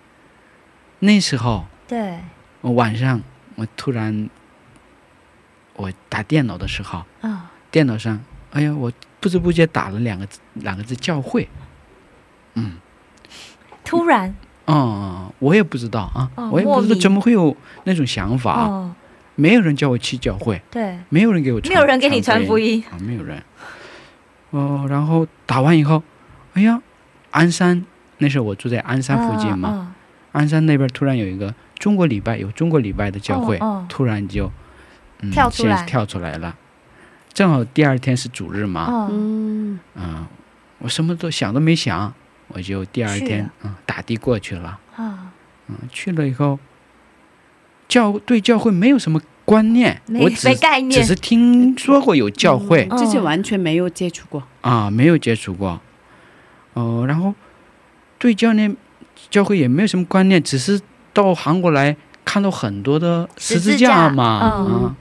Speaker 5: 那时候
Speaker 2: 对，
Speaker 5: 我晚上我突然，我打电脑的时候，
Speaker 2: 啊，
Speaker 5: 电脑上，哎呀，我不知不觉打了两个字两个字教会，
Speaker 2: 突然
Speaker 5: 嗯，我也不知道啊，
Speaker 2: 哦
Speaker 5: 我也不知
Speaker 2: 莫
Speaker 5: 道
Speaker 2: 名
Speaker 5: 怎么会有那种想法啊，
Speaker 2: 哦，
Speaker 5: 没有人叫我去教会。
Speaker 2: 对，
Speaker 5: 没有人给我传，
Speaker 2: 没有人给你传福音，
Speaker 5: 啊，没有人。哦，然后打完以后，哎呀，鞍山那时候我住在鞍山附近嘛，
Speaker 2: 啊，
Speaker 5: 鞍山那边突然有一个中国礼拜，有中国礼拜的教会，
Speaker 2: 哦哦
Speaker 5: 突然就、嗯、
Speaker 2: 跳出来
Speaker 5: 现跳出来了。正好第二天是主日
Speaker 2: 啊
Speaker 5: 嘛，
Speaker 2: 啊嗯
Speaker 1: 嗯
Speaker 5: 嗯，我什么都想都没想，我就第二
Speaker 2: 去
Speaker 5: 天
Speaker 2: 了
Speaker 5: 嗯打的过去了。
Speaker 2: 啊，
Speaker 5: 嗯，去了以后，教对教会没有什么观念，
Speaker 2: 没
Speaker 5: 我只
Speaker 2: 没概念嗯
Speaker 5: 只是听说过有教会，
Speaker 1: 之前完全没有接触
Speaker 2: 哦
Speaker 1: 过，
Speaker 5: 啊，没有接触过。哦、然后对教练教会也没有什么观念，只是到韩国来看到很多的
Speaker 2: 十
Speaker 5: 十字
Speaker 2: 字架
Speaker 5: 架嘛，
Speaker 2: 嗯
Speaker 5: 啊，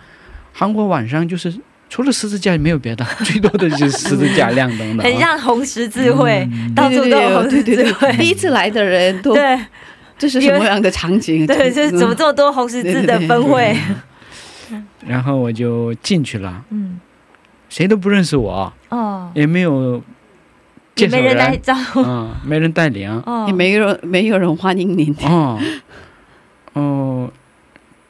Speaker 5: 韩国晚上就是除了十字架没有别的， 最多的就是十字架亮灯的、
Speaker 2: 很
Speaker 5: 啊。
Speaker 2: 像红十字会，
Speaker 5: 嗯
Speaker 2: 到
Speaker 1: 对
Speaker 2: 处
Speaker 1: 对
Speaker 2: 都有红
Speaker 1: 对
Speaker 2: 十
Speaker 1: 对
Speaker 2: 字
Speaker 1: 对，第
Speaker 2: 会，
Speaker 1: 一次来的人都
Speaker 2: 嗯 对
Speaker 1: 这是什么样的场景？嗯
Speaker 2: 对，就是怎么这么多红十字的分会，
Speaker 5: 然后我就进去了，
Speaker 2: 嗯，
Speaker 5: 谁都不认识我，
Speaker 2: 哦，
Speaker 5: 也没有
Speaker 2: 也
Speaker 5: 介绍
Speaker 2: 没人 来招呼，
Speaker 5: 啊，没人带领。
Speaker 2: 哦
Speaker 1: 也，没有没有人欢迎您。
Speaker 5: 哦，哦，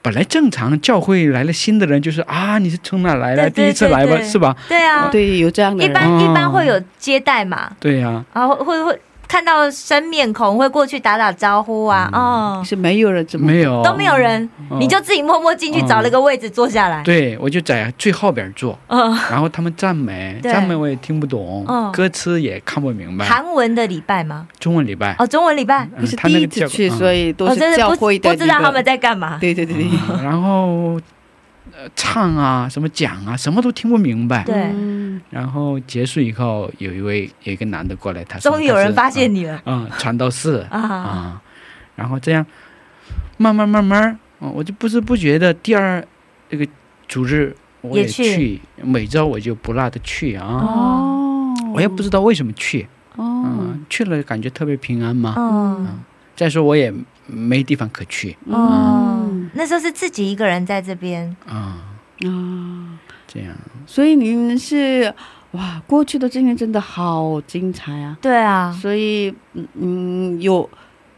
Speaker 5: 本来正常教会来了新的人就是啊，你是从哪来
Speaker 2: 对
Speaker 5: 的？
Speaker 2: 对
Speaker 5: 第一次来吧，
Speaker 2: 对对
Speaker 5: 是吧？
Speaker 2: 对啊，
Speaker 1: 对，有这样的
Speaker 2: 一
Speaker 1: 人，
Speaker 2: 般
Speaker 5: 哦
Speaker 2: 一般会有接待嘛，
Speaker 5: 对呀、
Speaker 2: 啊，会会会看到生面孔会过去打打招呼啊，哦，
Speaker 1: 是没有人怎么
Speaker 5: 没有
Speaker 2: 都没有人，
Speaker 5: 嗯哦
Speaker 2: 你就自己默默进去
Speaker 5: 哦
Speaker 2: 找了个位置坐下来，
Speaker 5: 对，我就在最后边坐，
Speaker 2: 嗯，
Speaker 5: 然后他们赞美，
Speaker 2: 对
Speaker 5: 赞美我也听不懂，
Speaker 2: 嗯
Speaker 5: 歌词也看不明白，
Speaker 2: 韩文的礼拜吗？
Speaker 5: 中文礼拜，
Speaker 2: 哦，中文礼拜，
Speaker 1: 不是
Speaker 5: 他
Speaker 1: 第
Speaker 5: 那
Speaker 1: 一
Speaker 5: 个
Speaker 1: 次
Speaker 5: 教
Speaker 1: 去，
Speaker 5: 嗯
Speaker 1: 所以都
Speaker 2: 哦，
Speaker 1: 是
Speaker 2: 真的
Speaker 1: 教
Speaker 2: 不
Speaker 1: 会的
Speaker 2: 不
Speaker 1: 一个。
Speaker 2: 知道他们在干嘛，
Speaker 1: 对对对对，
Speaker 5: 啊然后呃唱啊，什么讲啊，什么都听不明白。
Speaker 2: 对，
Speaker 1: 嗯
Speaker 5: 然后结束以后，有一位有一个男的过来，他说
Speaker 2: 终于有人发现
Speaker 5: 你
Speaker 2: 你了
Speaker 5: 啊、传道士
Speaker 2: 啊，
Speaker 5: 啊，然后这样慢慢慢慢，嗯，我就不知不觉的第二这个组织我
Speaker 2: 也
Speaker 5: 也
Speaker 2: 去
Speaker 5: 每周我就不落的去啊，
Speaker 2: 哦，
Speaker 1: 哦，
Speaker 5: 我也不知道为什么去，
Speaker 1: 哦，
Speaker 5: 嗯，去了感觉特别平安嘛。
Speaker 2: 嗯。
Speaker 5: 再说我也没地方可去
Speaker 2: 哦
Speaker 1: 嗯，
Speaker 2: 那时候是自己一个人在这边，
Speaker 5: 啊，
Speaker 1: 啊，
Speaker 5: 这样
Speaker 1: 所以您是哇，过去的经历真的好精彩啊！
Speaker 2: 对啊，
Speaker 1: 所以嗯嗯，有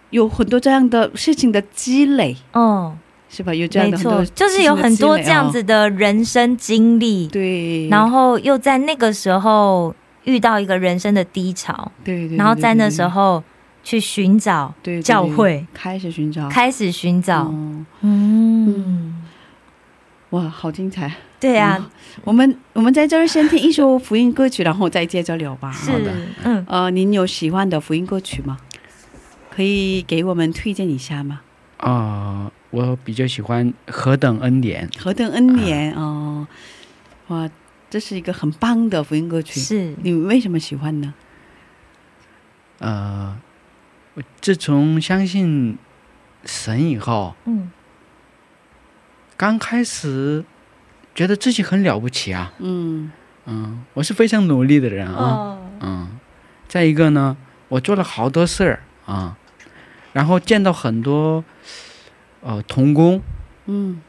Speaker 1: 有很多这样的事情的积累，
Speaker 2: 嗯，
Speaker 1: 是吧？有这样
Speaker 2: 没
Speaker 1: 的很
Speaker 2: 错
Speaker 1: 多，
Speaker 2: 就是有很多这样
Speaker 1: 事情的积累
Speaker 2: 子的人生经历
Speaker 1: 哦，，对，
Speaker 2: 然后又在那个时候遇到一个人生的低潮，
Speaker 1: 对对对，
Speaker 2: 然后在那时
Speaker 1: 对，
Speaker 2: 候去寻找
Speaker 1: 对对啊
Speaker 2: 教会，
Speaker 1: 开始寻找，
Speaker 2: 开始寻找。
Speaker 1: 哦
Speaker 2: 嗯，
Speaker 1: 哇，好精彩！
Speaker 2: 对啊，
Speaker 1: 我们我们在这儿先听一首福音歌曲，然后再接着聊吧。
Speaker 2: 是
Speaker 5: 好的，
Speaker 2: 嗯，
Speaker 1: 呃，您有喜欢的福音歌曲吗？可以给我们推荐一下吗？
Speaker 5: 啊、我比较喜欢《何等恩典》
Speaker 1: 何等恩典
Speaker 2: 啊
Speaker 1: 哦、哇，这是一个很棒的福音歌曲。
Speaker 2: 是
Speaker 1: 你为什么喜欢呢？
Speaker 5: 呃，我自从相信神以后，
Speaker 2: 嗯
Speaker 5: 刚开始觉得自己很了不起啊，
Speaker 1: 嗯
Speaker 5: 嗯，我是非常努力的人啊，
Speaker 2: 哦，
Speaker 5: 嗯，再一个呢，我做了好多事儿啊，然后见到很多呃童工，
Speaker 1: 嗯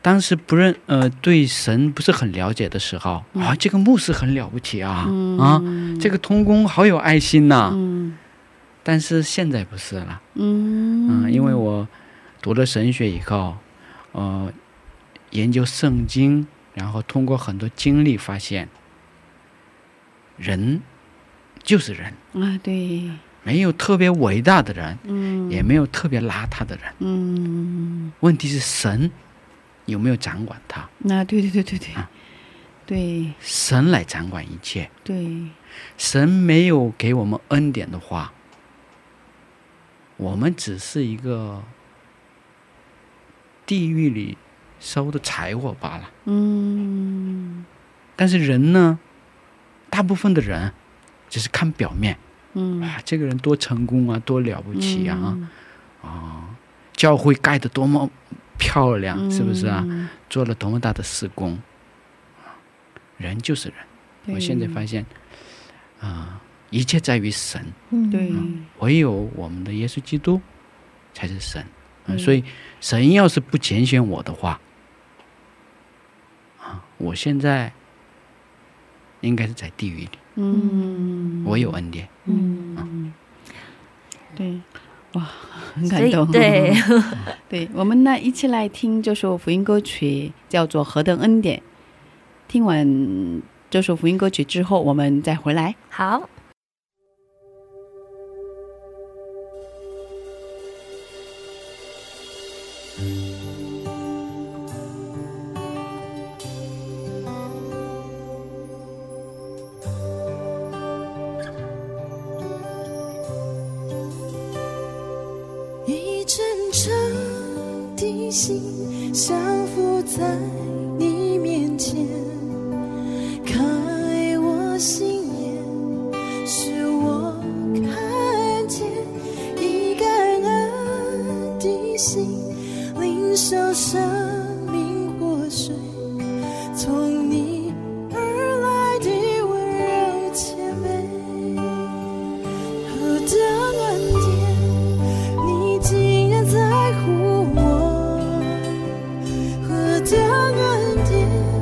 Speaker 5: 当时不认呃对神不是很了解的时候啊，这个牧师很了不起啊、
Speaker 1: 嗯
Speaker 5: 啊，这个童工好有爱心呐、
Speaker 1: 嗯
Speaker 5: 但是现在不是了，
Speaker 1: 嗯
Speaker 5: 嗯，因为我读了神学以后，呃，研究圣经，然后通过很多经历发现，人就是人，
Speaker 1: 啊对
Speaker 5: 没有特别伟大的人，
Speaker 1: 嗯
Speaker 5: 也没有特别邋遢的人，
Speaker 1: 嗯
Speaker 5: 问题是神有没有掌管他，
Speaker 1: 那对对对对对
Speaker 5: 啊
Speaker 1: 对
Speaker 5: 神来掌管一切。
Speaker 1: 对
Speaker 5: 神没有给我们恩典的话，我们只是一个地狱里收的柴火罢了。
Speaker 1: 嗯
Speaker 5: 但是人呢，大部分的人只是看表面，
Speaker 1: 嗯
Speaker 5: 啊，这个人多成功啊，多了不起啊，
Speaker 1: 嗯
Speaker 5: 教会盖得多么漂亮，是不是啊？
Speaker 1: 嗯
Speaker 5: 做了多么大的施工，啊人就是人。
Speaker 1: 对
Speaker 5: 我现在发现，啊、啊一切在于神。
Speaker 2: 嗯
Speaker 1: 对
Speaker 5: 啊唯有我们的耶稣基督才是神。嗯、所以神要是不拣选我的话，啊，我现在应该是在地狱里。
Speaker 1: 嗯
Speaker 5: 我有恩典，
Speaker 1: 嗯对哇很
Speaker 2: 所
Speaker 1: 感
Speaker 2: 以
Speaker 1: 动
Speaker 2: 对
Speaker 1: 对，我们呢一起来听这首福音歌曲，叫做《何等恩典》。听完这首福音歌曲之后，我们再回来。
Speaker 2: 好，
Speaker 6: 一阵彻的心降伏在你面前，开我心眼，使我看见一感恩的心，领受生命活水，从你而来的温柔谦卑，何等恩典！你竟然在乎我，何等恩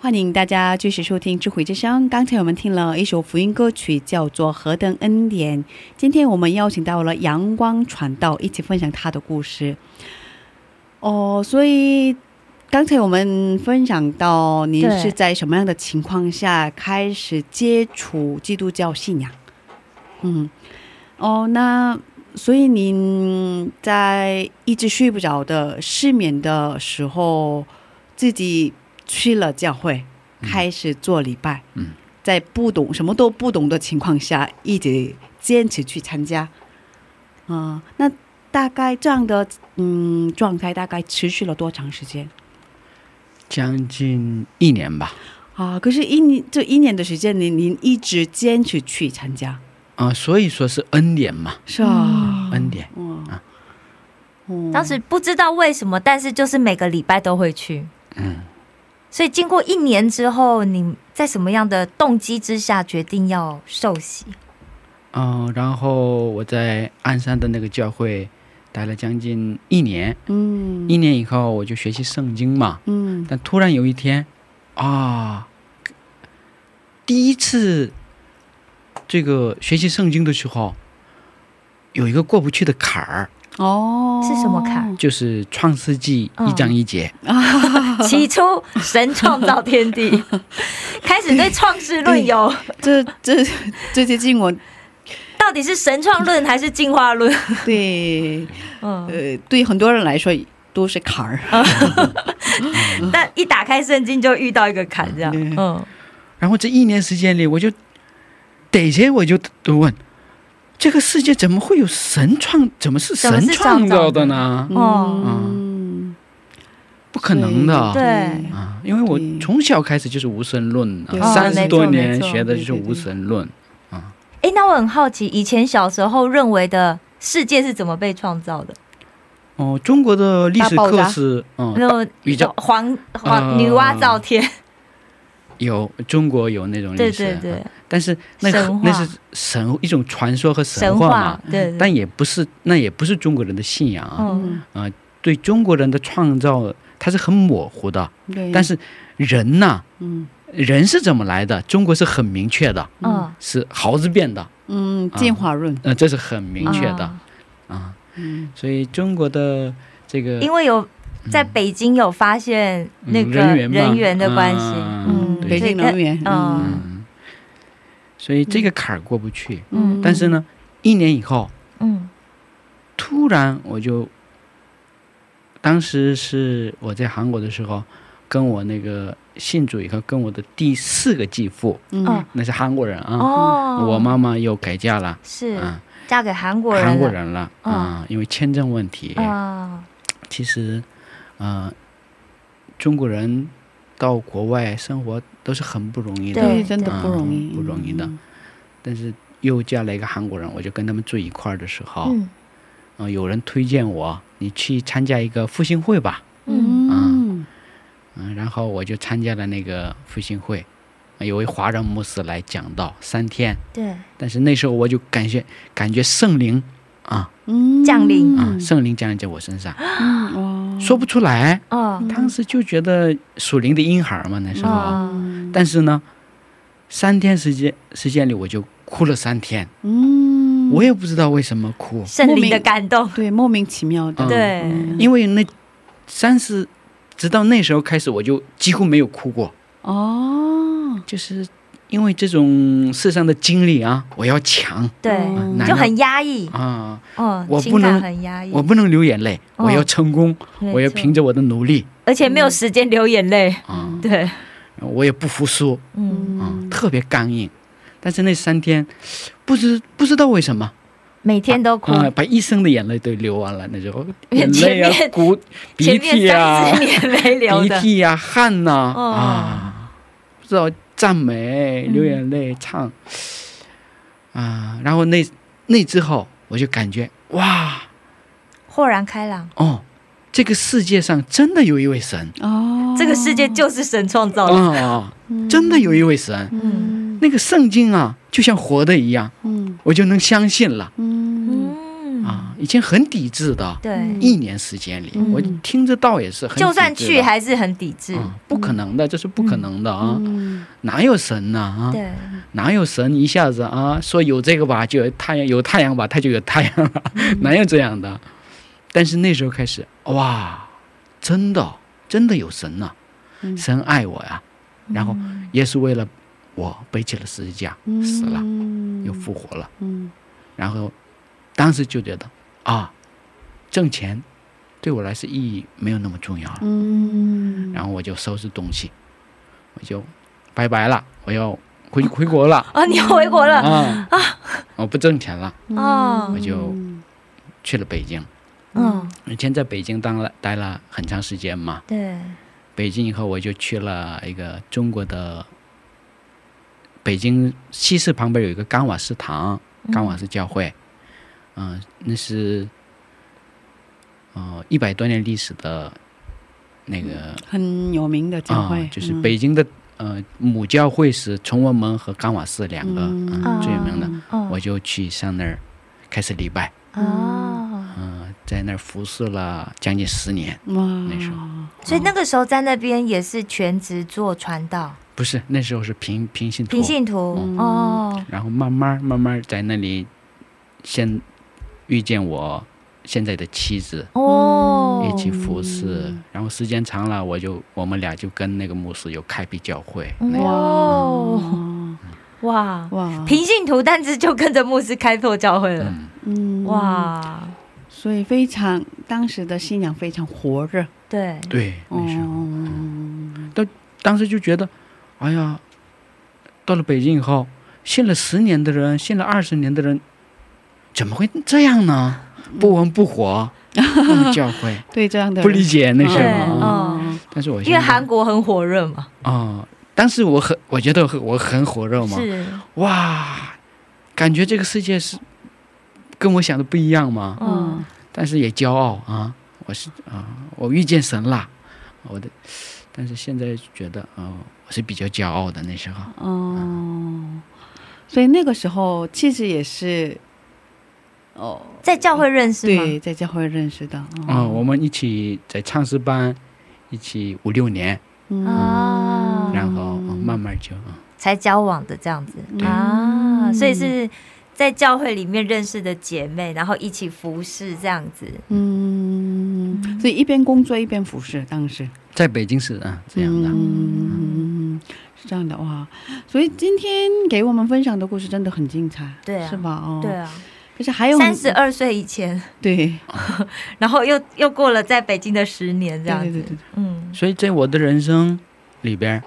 Speaker 1: 欢迎大家继续收听《智慧之声》。刚才我们听了一首福音歌曲，叫做《何等恩典》。今天我们邀请到了阳光传道，一起分享他的故事。哦，所以刚才我们分享到您
Speaker 2: 对
Speaker 1: 是在什么样的情况下开始接触基督教信仰？嗯，哦，那所以您在一直睡不着的失眠的时候，自己去了教会，开始做礼拜。
Speaker 5: 嗯，
Speaker 1: 在不懂什么都不懂的情况下，一直坚持去参加。嗯，那大概这样的嗯状态大概持续了多长时间
Speaker 5: 将近一年吧。
Speaker 1: 啊？可是一年这一年的时间里，您一直坚持去参加，
Speaker 5: 啊、所以说是恩典嘛，
Speaker 1: 是啊，
Speaker 5: 恩典。
Speaker 1: 嗯
Speaker 5: 啊
Speaker 1: 嗯
Speaker 2: 当时不知道为什么，但是就是每个礼拜都会去。
Speaker 5: 嗯，
Speaker 2: 所以经过一年之后，你在什么样的动机之下决定要受洗？
Speaker 5: 嗯、然后我在鞍山的那个教会待了将近一年，
Speaker 1: 嗯
Speaker 5: 一年以后我就学习圣经嘛。
Speaker 1: 嗯
Speaker 5: 但突然有一天，啊，第一次这个学习圣经的时候，有一个过不去的坎儿，
Speaker 1: 哦
Speaker 2: 是什么坎？
Speaker 5: 就是创世纪一章一节。
Speaker 2: 起初神创造天地， 开始对创世论有
Speaker 1: 这这这些经文
Speaker 2: 到底是神创论还是进化论？
Speaker 1: 对
Speaker 2: 嗯，
Speaker 1: 呃对很多人来说都是坎儿。嗯
Speaker 2: 但一打开圣经就遇到一个坎，这样，嗯，
Speaker 5: 然后这一年时间里，我就逮谁我就问。这个世界怎么会有神创？怎么是
Speaker 2: 怎么
Speaker 5: 神
Speaker 2: 是
Speaker 5: 创
Speaker 2: 创造
Speaker 5: 造的
Speaker 2: 的
Speaker 5: 呢？
Speaker 2: 哦
Speaker 1: 嗯，
Speaker 5: 不可能的。
Speaker 2: 嗯对
Speaker 5: 啊，因为我
Speaker 1: 对
Speaker 5: 从小开始就是无神论
Speaker 1: 对
Speaker 5: 啊，三
Speaker 2: 哦
Speaker 5: 十
Speaker 2: 没错
Speaker 5: 多年
Speaker 2: 没错
Speaker 5: 学的就
Speaker 1: 对
Speaker 5: 是
Speaker 1: 对对
Speaker 5: 无神论。
Speaker 2: 诶，那我很好奇，以前小时候认为的世界是怎么被创造的？
Speaker 5: 哦，中国的历
Speaker 1: 大
Speaker 5: 史
Speaker 1: 爆
Speaker 5: 课
Speaker 1: 炸
Speaker 5: 是嗯，
Speaker 2: 那种
Speaker 5: 宇宙
Speaker 2: 黄
Speaker 5: 呃
Speaker 2: 黄女娲造天，
Speaker 5: 有中国有那种
Speaker 2: 对
Speaker 5: 历史，
Speaker 2: 对
Speaker 5: 啊
Speaker 2: 对，
Speaker 5: 但是那个
Speaker 2: 神话
Speaker 5: 那是神一种传说和神
Speaker 2: 神
Speaker 5: 话
Speaker 2: 话
Speaker 5: 嘛，，嗯
Speaker 2: 对对，
Speaker 5: 但也不是那也不是中国人的信仰啊。
Speaker 2: 嗯，
Speaker 5: 对中国人的创造，它是很模糊的，
Speaker 1: 对，
Speaker 5: 但是人呐、
Speaker 1: 嗯
Speaker 5: 人是怎么来的？中国是很明确的，
Speaker 2: 嗯，
Speaker 5: 是猴子变的，
Speaker 1: 嗯进化论，
Speaker 5: 呃，这是很明确的
Speaker 2: 啊
Speaker 5: 啊。
Speaker 1: 嗯
Speaker 5: 所以中国的这个
Speaker 2: 因为有在北京有发现那
Speaker 5: 嗯
Speaker 2: 个
Speaker 5: 人员嘛
Speaker 2: 人员的关系，
Speaker 5: 嗯
Speaker 2: 嗯，
Speaker 5: 对
Speaker 1: 北京能源，
Speaker 2: 嗯
Speaker 5: 嗯，所以这个坎儿过不去。
Speaker 2: 嗯
Speaker 5: 但是呢，一年以后，
Speaker 2: 嗯
Speaker 5: 突然我就，当时是我在韩国的时候，跟我那个信主以后，跟我的第四个继父，
Speaker 1: 嗯
Speaker 2: 哦
Speaker 5: 那是韩国人啊，
Speaker 2: 哦，
Speaker 5: 我妈妈又改嫁了，
Speaker 2: 是
Speaker 5: 啊，
Speaker 2: 嫁给韩国人了，嗯
Speaker 5: 韩国人了啊，因为签证问题，
Speaker 2: 啊，
Speaker 5: 其实，呃，中国人到国外生活都是很不容易的，
Speaker 1: 对，
Speaker 2: 对
Speaker 1: 真的不容易，
Speaker 5: 嗯不容易的
Speaker 1: 嗯
Speaker 5: 但是又嫁了一个韩国人，我就跟他们住一块儿的时候，嗯、
Speaker 2: 嗯
Speaker 5: 有人推荐我，你去参加一个复兴会吧，
Speaker 2: 嗯
Speaker 1: 嗯
Speaker 5: 嗯，然后我就参加了那个复兴会，呃有位华人牧师来讲道三天，
Speaker 2: 对，
Speaker 5: 但是那时候我就感觉感觉圣灵啊
Speaker 1: 嗯
Speaker 2: 降临
Speaker 5: 啊、圣灵降临在我身上，
Speaker 1: 嗯哇
Speaker 5: 说不出来，
Speaker 2: 哦
Speaker 1: 嗯
Speaker 5: 当时就觉得属灵的婴孩嘛，那时候，
Speaker 2: 哦，
Speaker 5: 但是呢，三天时间时间里我就哭了三天，
Speaker 1: 嗯，
Speaker 5: 我也不知道为什么哭，
Speaker 2: 圣灵的感动，
Speaker 1: 对莫名其妙的，
Speaker 5: 嗯
Speaker 2: 对，
Speaker 5: 因为那三十，直到那时候开始，我就几乎没有哭过，
Speaker 1: 哦，
Speaker 5: 就是因为这种世上的经历啊，我要强
Speaker 1: 哦
Speaker 2: 对，
Speaker 5: 啊难
Speaker 2: 就
Speaker 5: 道
Speaker 2: 很压抑，
Speaker 5: 嗯啊，
Speaker 2: 哦，
Speaker 5: 我不
Speaker 2: 情感
Speaker 5: 能
Speaker 2: 很压抑，
Speaker 5: 我不能流眼泪，
Speaker 2: 哦
Speaker 5: 我要成功，
Speaker 2: 没
Speaker 5: 我要
Speaker 2: 错
Speaker 5: 凭着我的努力
Speaker 2: 而且没有时间流眼泪，
Speaker 5: 啊，
Speaker 2: 对，
Speaker 5: 我也不服输
Speaker 2: 嗯，
Speaker 5: 啊
Speaker 1: 嗯，，
Speaker 5: 特别刚硬。但是那三天，不知不知道为什么，
Speaker 2: 每天都哭，
Speaker 5: 啊、把一生的眼泪都流完了，那时候眼
Speaker 2: 前
Speaker 5: 泪啊
Speaker 2: 面、
Speaker 5: 骨鼻
Speaker 2: 前面
Speaker 5: 涕啊
Speaker 2: 三、十年没流
Speaker 5: 鼻
Speaker 2: 的，
Speaker 5: 涕呀、汗呐、
Speaker 2: 哦
Speaker 5: 啊，不知道赞美、流眼泪、唱啊，然后那那之后，我就感觉哇
Speaker 2: 豁然开朗，
Speaker 5: 哦，这个世界上真的有一位神
Speaker 1: 哦，
Speaker 2: 这个世界就是神创
Speaker 5: 啊、
Speaker 2: 造的，
Speaker 5: 真的有一位神，
Speaker 1: 嗯
Speaker 5: 那个圣经啊，就像活的一样，
Speaker 1: 嗯
Speaker 5: 我就能相信了
Speaker 1: 嗯
Speaker 2: 嗯
Speaker 5: 啊，以前很抵制的，
Speaker 2: 对，
Speaker 5: 一年时间里，我听着倒也是很抵制的，
Speaker 2: 嗯就算去还是很抵制。
Speaker 5: 嗯不可能的，这是不可能的啊！
Speaker 1: 嗯
Speaker 5: 哪有神呐啊？
Speaker 2: 对，
Speaker 5: 哪有神一下子啊说有这个吧就有太阳，有太阳吧它就有太阳了，
Speaker 1: 嗯
Speaker 5: 哪有这样的？但是那时候开始，哇，真的真的有神呐、
Speaker 1: 嗯
Speaker 5: 神爱我呀、然后耶稣为了我背起了十字架，死了又复活了，
Speaker 1: 嗯
Speaker 5: 然后当时就觉得啊，挣钱对我来说意义没有那么重要了。
Speaker 1: 嗯
Speaker 5: 然后我就收拾东西，我就拜拜了，我要回回国了
Speaker 2: 啊，你回国了
Speaker 5: 啊我不挣钱了，
Speaker 2: 哦
Speaker 5: 我，就去了北京。
Speaker 2: 嗯，
Speaker 5: 以前在北京当了待了很长时间嘛，
Speaker 2: 对，
Speaker 5: 北京以后我就去了一个中国的北京西市旁边有一个冈瓦斯堂，冈瓦斯教会，嗯、那是呃一百多年历史的那个
Speaker 1: 很有名的嗯教会嗯
Speaker 5: 啊，就是北京的、呃母教会是崇文门和冈瓦斯两个
Speaker 1: 嗯
Speaker 5: 嗯、
Speaker 2: 啊
Speaker 5: 最有名的，
Speaker 2: 哦
Speaker 5: 我就去上那儿开始礼拜，
Speaker 2: 哦，
Speaker 5: 嗯、在那儿服侍了将近十年，
Speaker 1: 嗯哇，
Speaker 5: 那时候
Speaker 2: 所以那个时候在那边也是全职做传道，
Speaker 5: 不是那时候是平平信徒，
Speaker 2: 平信徒
Speaker 1: 嗯
Speaker 2: 哦，
Speaker 5: 然后慢慢慢慢在那里先遇见我现在的妻子。
Speaker 2: 哦，
Speaker 5: 一起服侍，然后时间长了，我就我们俩就跟那个牧师有开辟教会，
Speaker 2: 哦
Speaker 5: 那样
Speaker 2: 哇
Speaker 5: 嗯
Speaker 2: 哇
Speaker 1: 哇，
Speaker 2: 平信徒，但是就跟着牧师开拓教会了，
Speaker 1: 嗯，
Speaker 2: 哇，
Speaker 1: 所以非常当时的信仰非常活热，
Speaker 2: 对，
Speaker 5: 对，那时候。
Speaker 1: 嗯，
Speaker 5: 当时就觉得，哎呀，到了北京以后，信了十年的人，信了二十年的人，怎么会这样呢？不温不火，那么教 会
Speaker 1: 对这样的
Speaker 5: 不理
Speaker 1: 解
Speaker 5: 解那些
Speaker 2: 对，
Speaker 5: 人啊。
Speaker 2: 嗯，
Speaker 5: 但是我
Speaker 2: 因
Speaker 5: 现
Speaker 2: 为
Speaker 5: 在
Speaker 2: 韩国很火热嘛，
Speaker 5: 啊，当时我很，我觉得很我很火热嘛，
Speaker 2: 是，
Speaker 5: 哇，感觉这个世界是跟我想的不一样嘛。
Speaker 2: 嗯，
Speaker 5: 但是也骄傲啊，我是啊，我遇见神了，我的。但是现在觉得啊、我是比较骄傲的那时候。
Speaker 2: 嗯
Speaker 1: 哦，所以那个时候其实也是，哦，
Speaker 2: 在教会认识吗？
Speaker 1: 对，在教会认识的，哦
Speaker 5: 啊、我们一起在唱诗班，一起五六年，
Speaker 1: 嗯
Speaker 2: 啊，
Speaker 5: 然后、嗯慢慢就、嗯
Speaker 2: 才交往的这样子
Speaker 5: 对
Speaker 2: 啊，所以是在教会里面认识的姐妹，然后一起服侍这样子，
Speaker 1: 嗯，所以一边工作一边服侍，当时。
Speaker 5: 在北京市啊、嗯这样的。
Speaker 1: 嗯，是这样的哇，所以今天给我们分享的故事真的很精彩，
Speaker 2: 对啊
Speaker 1: 是吧？哦，
Speaker 2: 对。啊，
Speaker 1: 可是还有
Speaker 2: 三十，二岁以前，
Speaker 1: 对，
Speaker 2: 然后又又过了在北京的十年这样
Speaker 1: 对
Speaker 2: 子
Speaker 1: 对对对，
Speaker 2: 嗯，
Speaker 5: 所以在我的人生里边儿，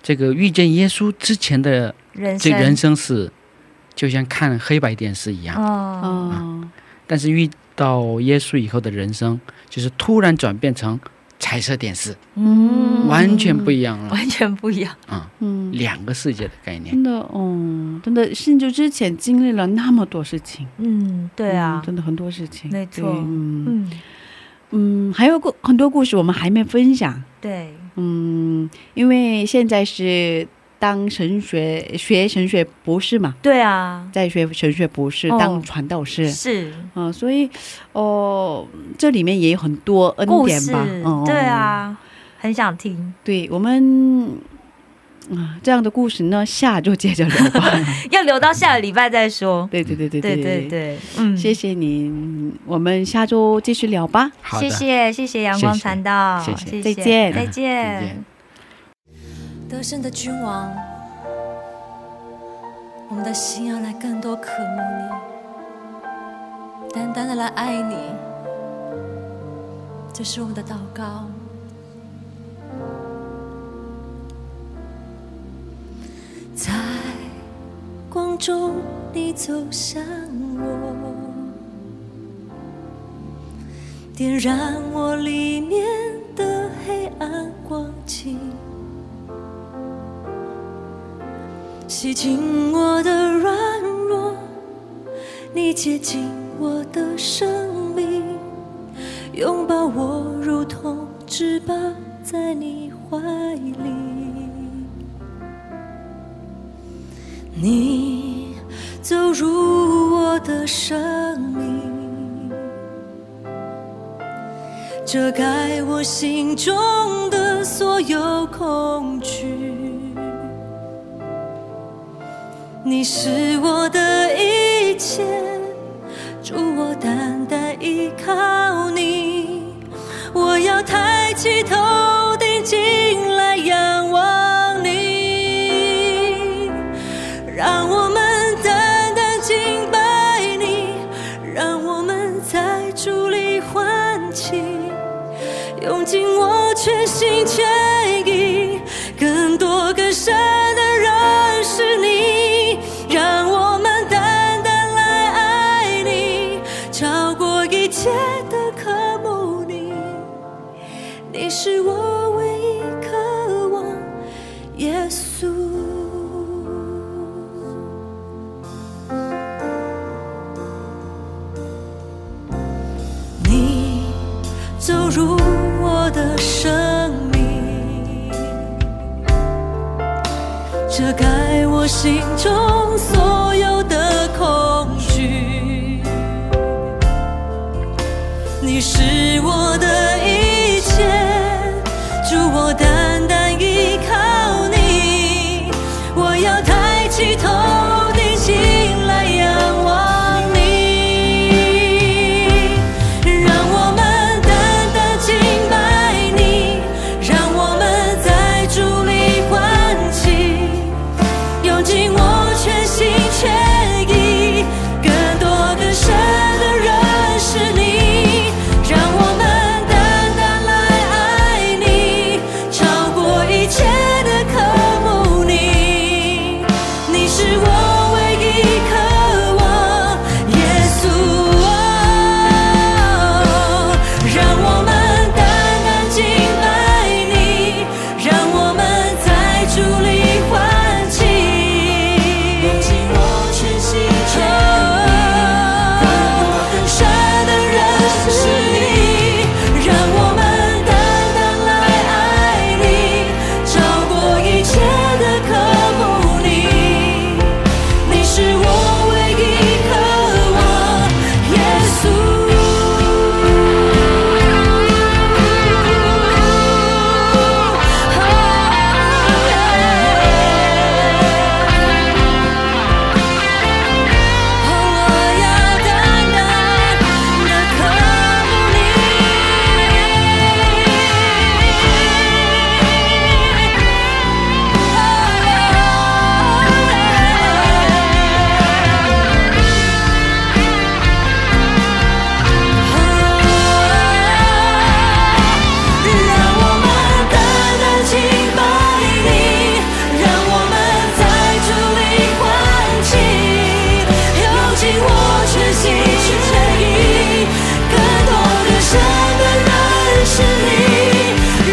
Speaker 5: 这个遇见耶稣之前的
Speaker 2: 人
Speaker 5: 这
Speaker 2: 生，
Speaker 5: 人生嗯是，就像看黑白电视一样。
Speaker 2: 哦，
Speaker 1: 哦，
Speaker 5: 但是遇到耶稣以后的人生，就是突然转变成彩色电视，
Speaker 2: 嗯，
Speaker 5: 完全不一样了，
Speaker 2: 完全不一样，
Speaker 1: 嗯，
Speaker 5: 两个世界的概念。
Speaker 1: 真的，哦，真的，甚至之前经历了那么多事情，
Speaker 2: 嗯，对啊
Speaker 1: 嗯，真的很多事情，
Speaker 2: 没错
Speaker 1: 对嗯
Speaker 2: 嗯，
Speaker 1: 嗯，还有个很多故事我们还没分享，
Speaker 2: 对，
Speaker 1: 嗯，因为现在是当神学学神学博士嘛，
Speaker 2: 对啊，
Speaker 1: 在学神学博士，
Speaker 2: 哦
Speaker 1: 当传道士，
Speaker 2: 是
Speaker 1: 啊、所以哦，这里面也有很多恩
Speaker 2: 故
Speaker 1: 典
Speaker 2: 事
Speaker 1: 吧？嗯，，
Speaker 2: 对，啊，很想听，
Speaker 1: 对我们啊、这样的故事呢，下周接着聊吧。
Speaker 2: 要留到下个礼拜再说，
Speaker 1: 对对对对
Speaker 2: 对对
Speaker 1: 对
Speaker 2: 对，嗯，
Speaker 1: 谢谢您，我们下周继续聊吧。
Speaker 5: 好的
Speaker 2: 谢，谢谢谢阳光
Speaker 5: 谢谢
Speaker 2: 传道，
Speaker 5: 谢谢
Speaker 1: 再见
Speaker 2: 再
Speaker 5: 再
Speaker 2: 见
Speaker 5: 见。
Speaker 3: 得胜的君王，我们的心要来更多渴慕你，单单的来爱你，这是我们的祷告。在光中，你走向我，点燃我里面的黑暗光景。洗净我的软弱，你接近我的生命，拥抱我如同翅膀在你怀里。你走入我的生命，遮盖我心中的所有恐惧。你是我的一切，主我单单依靠你。我要抬起头顶进来仰望你，让我们单单敬拜你，让我们在主里欢庆，用尽我全心全意，更多更深的认识你，让我们单单来爱你，超过一切的渴慕你。你是我唯一渴望，耶稣。你走入我的生命，遮盖我心中所有的恐惧。你是我的一切，主我单单依靠你，我要抬起头。定睛来仰望你，让我们单单敬拜你，让我们在主里欢庆。用尽我全心全意，更多更深的认识你，让我们单单来爱你，超过一切的渴慕你，你是我唯一渴望，耶稣哦，让我们单单敬拜你，让我们在主里欢庆，用尽我全心全意，更深的认识你，让我们单单来爱你，超过一切的渴慕你，你是我唯一渴望，耶稣。我要单单的渴慕你，让我们单单敬拜你，让我们在主里欢庆。用尽我全心全意，更多更深的认识你，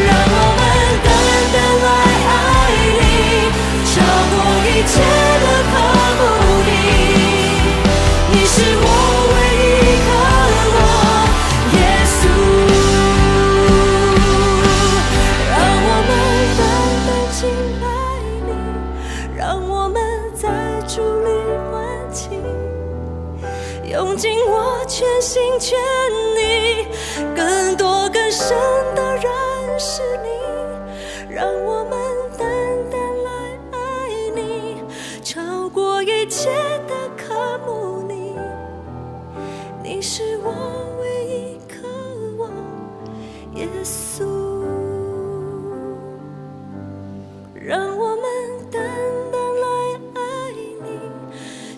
Speaker 3: 让我们单单来爱你，超过一切的渴慕你，你是我唯一渴望，耶稣，让我们单单敬拜你。让我们在主里欢庆，用尽我全心全意，更多更深的认识你，让我们单单来爱你，超过一切的渴慕你，你是我唯一渴望，耶稣。让我们单单来爱你，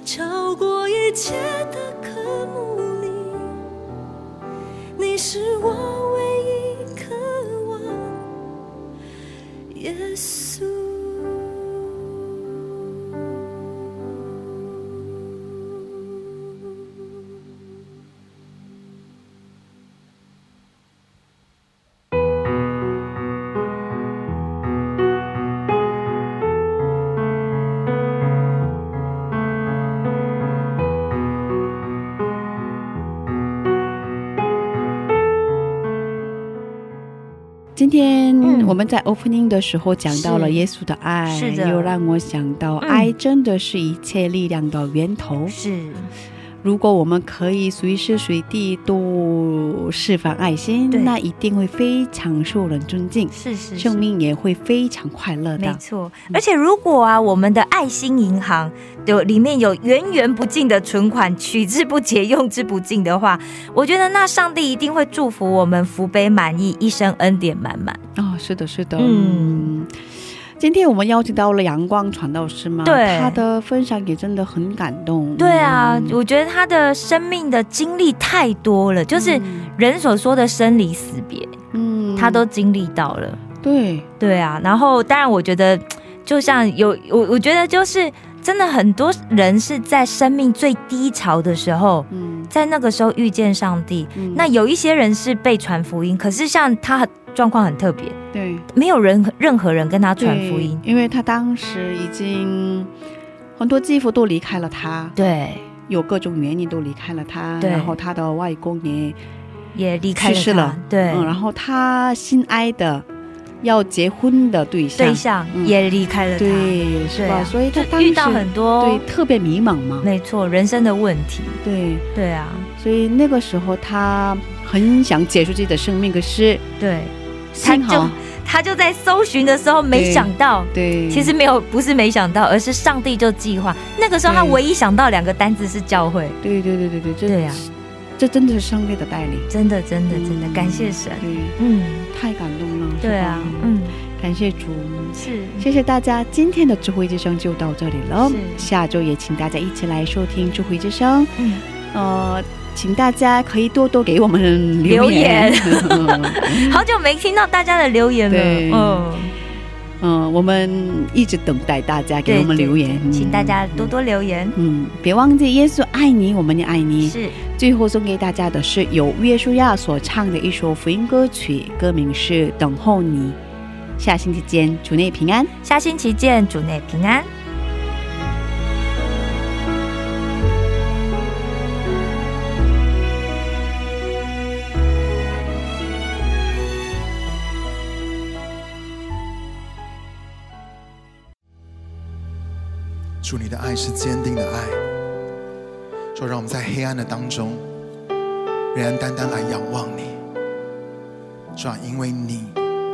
Speaker 3: 超过一切的渴慕你。你是我唯一渴望，耶稣。
Speaker 1: 今天
Speaker 2: 嗯
Speaker 1: 我们在 opening 的时候讲到了
Speaker 2: 是
Speaker 1: 耶稣的爱，
Speaker 2: 是的
Speaker 1: 又让我想到
Speaker 2: 嗯
Speaker 1: 爱真的是一切力量的源头。
Speaker 2: 是，
Speaker 1: 如果我们可以随时随地都释放爱心
Speaker 2: 对，
Speaker 1: 那一定会非常受人尊敬，
Speaker 2: 是是
Speaker 1: 生
Speaker 2: 是。
Speaker 1: 命也会非常快乐
Speaker 2: 没
Speaker 1: 的。
Speaker 2: 错，
Speaker 1: 嗯
Speaker 2: 而且如果啊，我们的爱心银行有里面有源源不尽的存款，取之不竭，用之不尽的话，我觉得那上帝一定会祝福我们福杯满溢，一生恩典满满。
Speaker 1: 哦，是的，是的，
Speaker 2: 嗯
Speaker 1: 嗯。今天我们邀请到了阳光传道师嘛，
Speaker 2: 对
Speaker 1: 他的分享也真的很感动。
Speaker 2: 对啊
Speaker 1: 嗯，
Speaker 2: 我觉得他的生命的经历太多了，就是人所说的生离死别，
Speaker 1: 嗯
Speaker 2: 他都经历到了。
Speaker 1: 对，
Speaker 2: 对啊，
Speaker 1: 嗯
Speaker 2: 然后当然我觉得，就像有我，我觉得就是真的很多人是在生命最低潮的时候，
Speaker 1: 嗯，
Speaker 2: 在那个时候遇见上帝。
Speaker 1: 嗯
Speaker 2: 那有一些人是被传福音，可是像他很状况很特别，
Speaker 1: 对
Speaker 2: 没有人任何人跟他传
Speaker 1: 对
Speaker 2: 福音。
Speaker 1: 因为他当时已经很多继父都离开了他，
Speaker 2: 对，
Speaker 1: 有各种原因都离开了他，
Speaker 2: 对
Speaker 1: 然后他的外公也，
Speaker 2: 也离开了他。
Speaker 1: 去世了
Speaker 2: 对，
Speaker 1: 嗯，然后他心爱的要结婚的对象，
Speaker 2: 对象
Speaker 1: 嗯
Speaker 2: 也离开了他。
Speaker 1: 对是
Speaker 2: 对
Speaker 1: 吧？
Speaker 2: 啊
Speaker 1: 所以他
Speaker 2: 就
Speaker 1: 当时
Speaker 2: 遇到很
Speaker 1: 对
Speaker 2: 多，
Speaker 1: 特别迷茫嘛，
Speaker 2: 没错，人生的问题。
Speaker 1: 对，
Speaker 2: 对啊，
Speaker 1: 所以那个时候他很想结束自己的生命，可是
Speaker 2: 对，他
Speaker 1: 幸好
Speaker 2: 就他就在搜寻的时候，没
Speaker 1: 对
Speaker 2: 想到。
Speaker 1: 对，
Speaker 2: 其实没有，不是没想到，而是上帝就计划。那个时候，他
Speaker 1: 对
Speaker 2: 唯一想到两个单字是教会。
Speaker 1: 对对对对对，这啊
Speaker 2: 对啊呀、
Speaker 1: 这真的是上帝的带领，
Speaker 2: 真的，真的，真的，
Speaker 1: 嗯
Speaker 2: 感谢神。
Speaker 1: 对，
Speaker 2: 嗯，
Speaker 1: 太感动了，是
Speaker 2: 对啊
Speaker 1: 吧，
Speaker 2: 嗯，
Speaker 1: 感谢主。
Speaker 2: 是，
Speaker 1: 谢谢大家，今天的智慧之声就到这里了。
Speaker 2: 是
Speaker 1: 下周也请大家一起来收听智慧之声。
Speaker 2: 嗯，
Speaker 1: 呃，请大家可以多多给我们
Speaker 2: 留
Speaker 1: 言
Speaker 2: 言。好久没听到大家的留言了。
Speaker 1: 嗯对
Speaker 2: 嗯，
Speaker 1: 嗯、我们一直等待大家给
Speaker 2: 对
Speaker 1: 我们
Speaker 2: 对
Speaker 1: 留言
Speaker 2: 对，请大家多
Speaker 1: 嗯。
Speaker 2: 多留言。
Speaker 1: 嗯，别忘记耶稣爱你，我们也爱你。
Speaker 2: 是，
Speaker 1: 最后送给大家的是由约书亚所唱的一首福音歌曲，歌名是《等候你》。下星期见，主内平安。
Speaker 2: 下星期见，主内平安。
Speaker 4: 主，你的爱是坚定的爱。说，让我们在黑暗的当中，仍然单单来仰望你。主啊，因为你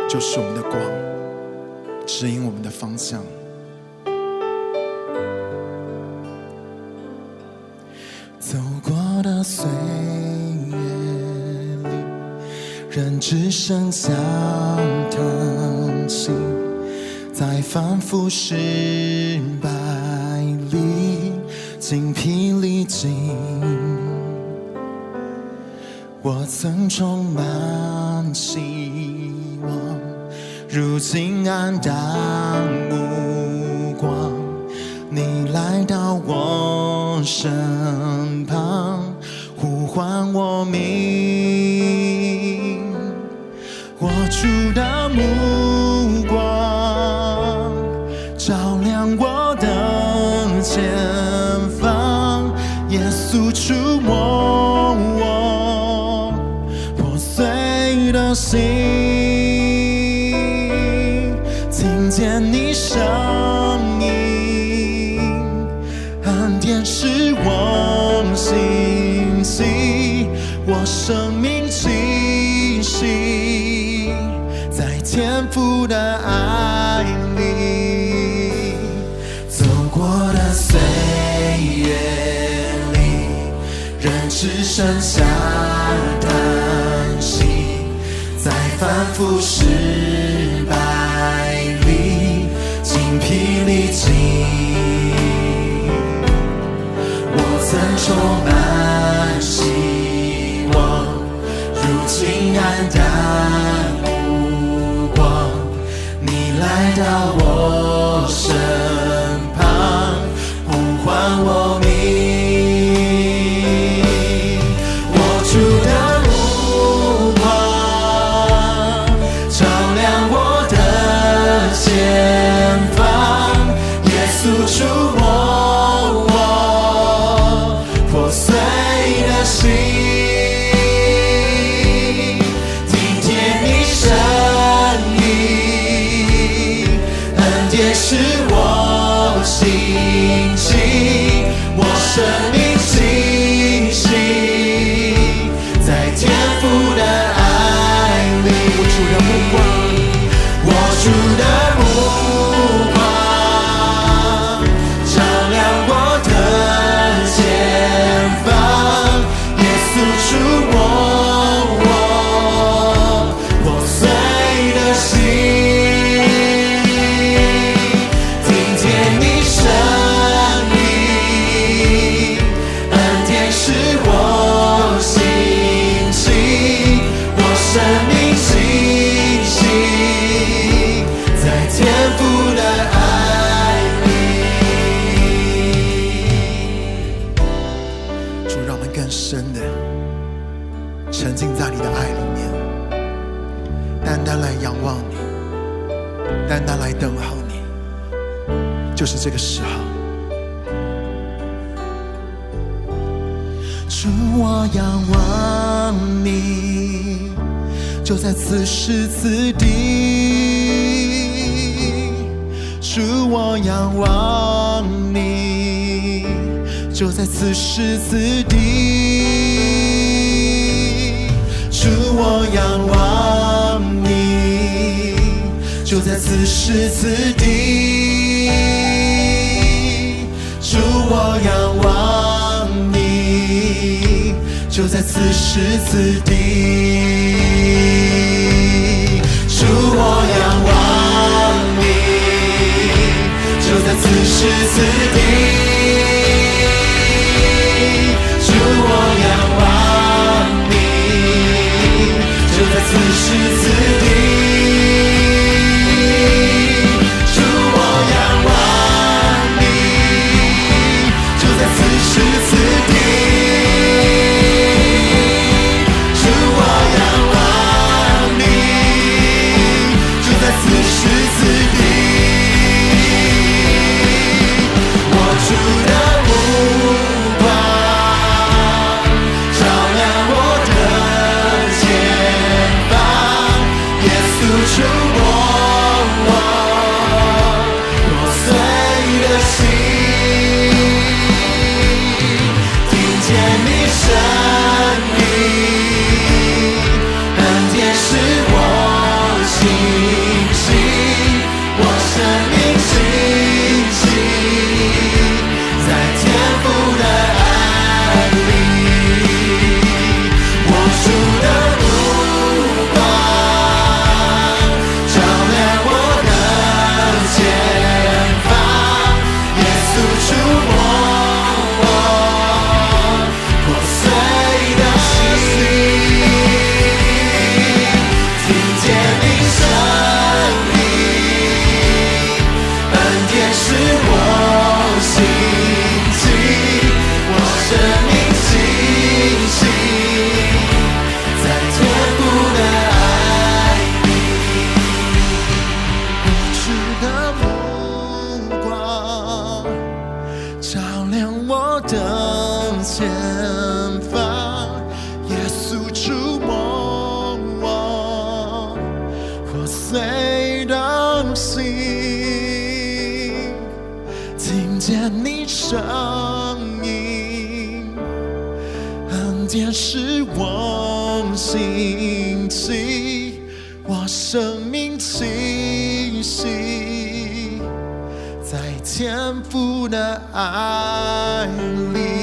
Speaker 4: 就是我们的光，指引我们的方向。走过的岁月里，人只剩下叹息。在反复失败里精疲力尽。我曾充满希望，如今黯淡目光。你来到我身旁，呼唤我名。我主的目光照亮我的前方，耶稣触摸我破碎的心，听见你声音，恩典是我信息，我生命气息，在天父的爱里，走过的岁月里，人只剩下叹息，在反复失败里，精疲力尽。我曾充满希望，如今黯淡无光。你来到我身旁，呼唤我名。我主的目光，照亮我的前方。耶稣触摸我破碎的心，听见你声音，恩典是我心情，我生命。气来等候你，就是这个时候。主，我仰望你，就在此时此地。主，我仰望你，就在此时此地。主，我仰望你，就在此时此地。主，我仰望你，就在此时此地。主，我仰望你，就在此时此地。主，我仰望你，就在此时此地。主，我仰望你，就在此时此地。主，我仰望你，就在此时此地。我主的目光照亮我的前方，耶稣触摸我破碎的心，听见你声音，恩典是我信心，我生命信息，在天父的爱里，我主的目光照亮我的前方，耶稣触摸我破碎的心，听见你声音，恩典是我信心，我生命信息，在天父的爱里，无知的目光。照亮我的前方，耶稣触摸我破碎的心，听见你声音，恩典是我心情，我生命气息。在天父的爱里，